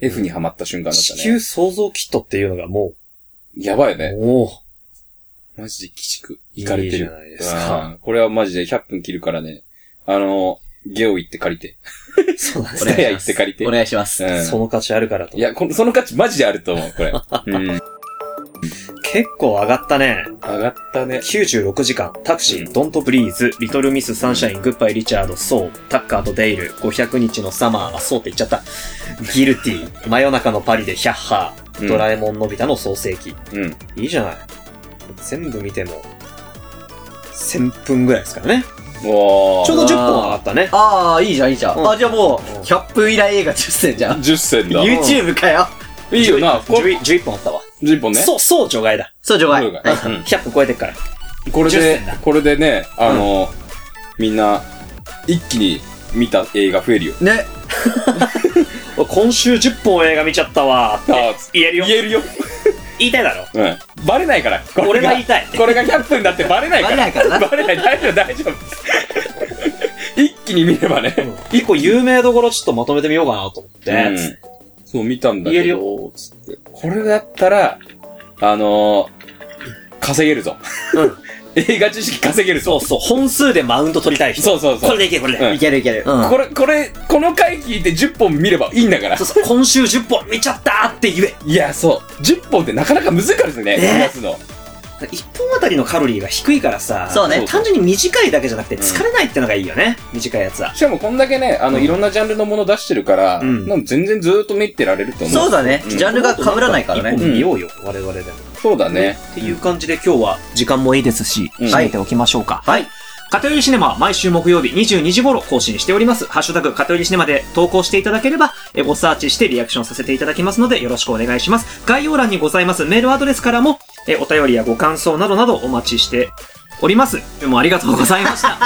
S3: F にハマった瞬間だった
S1: 地
S3: ね。
S1: 球創造キットっていうのがも
S3: やば
S1: う、
S3: いよね。
S1: も
S3: マジで鬼畜。いかれて
S1: い
S3: る。
S1: いじゃないですか
S3: うんこれはマジで100分切るからね。あのーゲオ行って借りて。
S1: う、 <laughs> そうだね。
S3: スタヤ行って借りて。
S2: お願いします。
S3: うん
S1: その価値あるからと
S3: い。や、この、その価値マジであると思う、こ
S1: <laughs>
S3: れ。うん。上
S1: 結構上がったね。
S3: がったね。
S1: 96時間、タクシ
S3: う
S1: ー、ドントブリーズ、リトルミス、サンシャイン、グッバイ、リチャード、ソー、タッカーとデイル、500日のサマー、あ、ソーって言っちゃった。ギルティー、真夜中のパリでヒャッハ
S3: うん
S1: ー、ドラえもんのび太の創世記。
S3: うん。
S1: いいじゃない。全部見ても、1000分ぐらいですからね。
S3: お
S1: ちょう
S3: ー。
S1: ど10分上がったね。
S2: ああ、いいじゃん、いいじゃ
S1: うん
S2: ん。あ、じゃあも
S1: うん
S2: う、100分以来映画10選じゃん。
S3: 10銭だ。い
S2: YouTube かよ。
S3: いよな、これ、
S1: 11 11分あったわ。
S3: 10本ね。
S1: そう、そう除外だ。
S2: そう、除
S3: こ
S2: 外。
S3: れ
S2: う
S3: が
S1: はい
S3: うん
S1: 100分超えてっから。
S3: これ
S1: 10
S3: で
S1: 銭だ、
S3: これでね、あの、みんな、一気に見た映画増えるよ。
S2: んね。
S1: 俺今週10本映画見ちゃったわーって
S3: あ
S1: 言えるよ
S3: 言。えるよ。
S1: 言いたいだろ。
S3: うん。バレないから。これ
S1: 俺が言いたい。
S3: これが100分だってバレない
S2: バ
S3: か
S2: レな
S3: ら。
S2: い
S3: <laughs>
S2: か
S1: <laughs>
S2: らな。
S3: バレない、大丈夫、大丈夫。一気に見ればね。
S1: 一個有名どころちょっとまとめてみようかなと思って。
S3: うんそう、見たんだ
S1: 言え
S3: け
S1: る
S3: ど、つって。これだったら、あのー稼げるぞ。 <laughs> 映画知識稼げる
S4: そ
S3: ぞ
S4: う。そう、本数でマウント取りたい人。
S3: そうそうそう。
S4: これでいけ、これで。
S3: うん
S2: いけるいける。
S4: うん。
S3: これ、これ、この回聞いて10本見ればいいんだから
S4: そう。そう、今週10本見ちゃったーって言え。
S3: いや、そう。10本ってなかなか難しいですね、
S2: ね
S3: 話すの。
S4: 1本あたりのカロリーが低いからさ、
S2: そう
S3: ね
S4: 単純に短いだけじゃなくて
S3: うん
S4: 疲れないってのがいいよね。短いやつは。
S3: しかもこんだけね、あの、
S4: うん
S3: いろんなジャンルのもの出してるから、
S4: うん
S3: なんか全然ずーっと見てられると思う。
S2: そうだね。
S3: うん
S2: ジャンルが被らないから
S4: 一
S2: ね。
S4: 本見ようよ、我々でも。
S3: そうだね。
S4: っていう感じで今日は、
S1: 時間もいいですし、
S3: うん
S1: 締めておきましょうか。
S2: はい。
S1: 偏りシネマは毎週木曜日22時頃更新しております。ハッシュタグ偏りシネマで投稿していただければ、エゴサーチしてリアクションさせていただきますのでよろしくお願いします。概要欄にございますメールアドレスからも、えお便りやご感想などなどお待ちしております。どうもありがとうございました。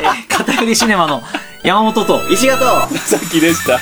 S1: え偏りシネマの山本と
S2: 石形
S3: さっきでした。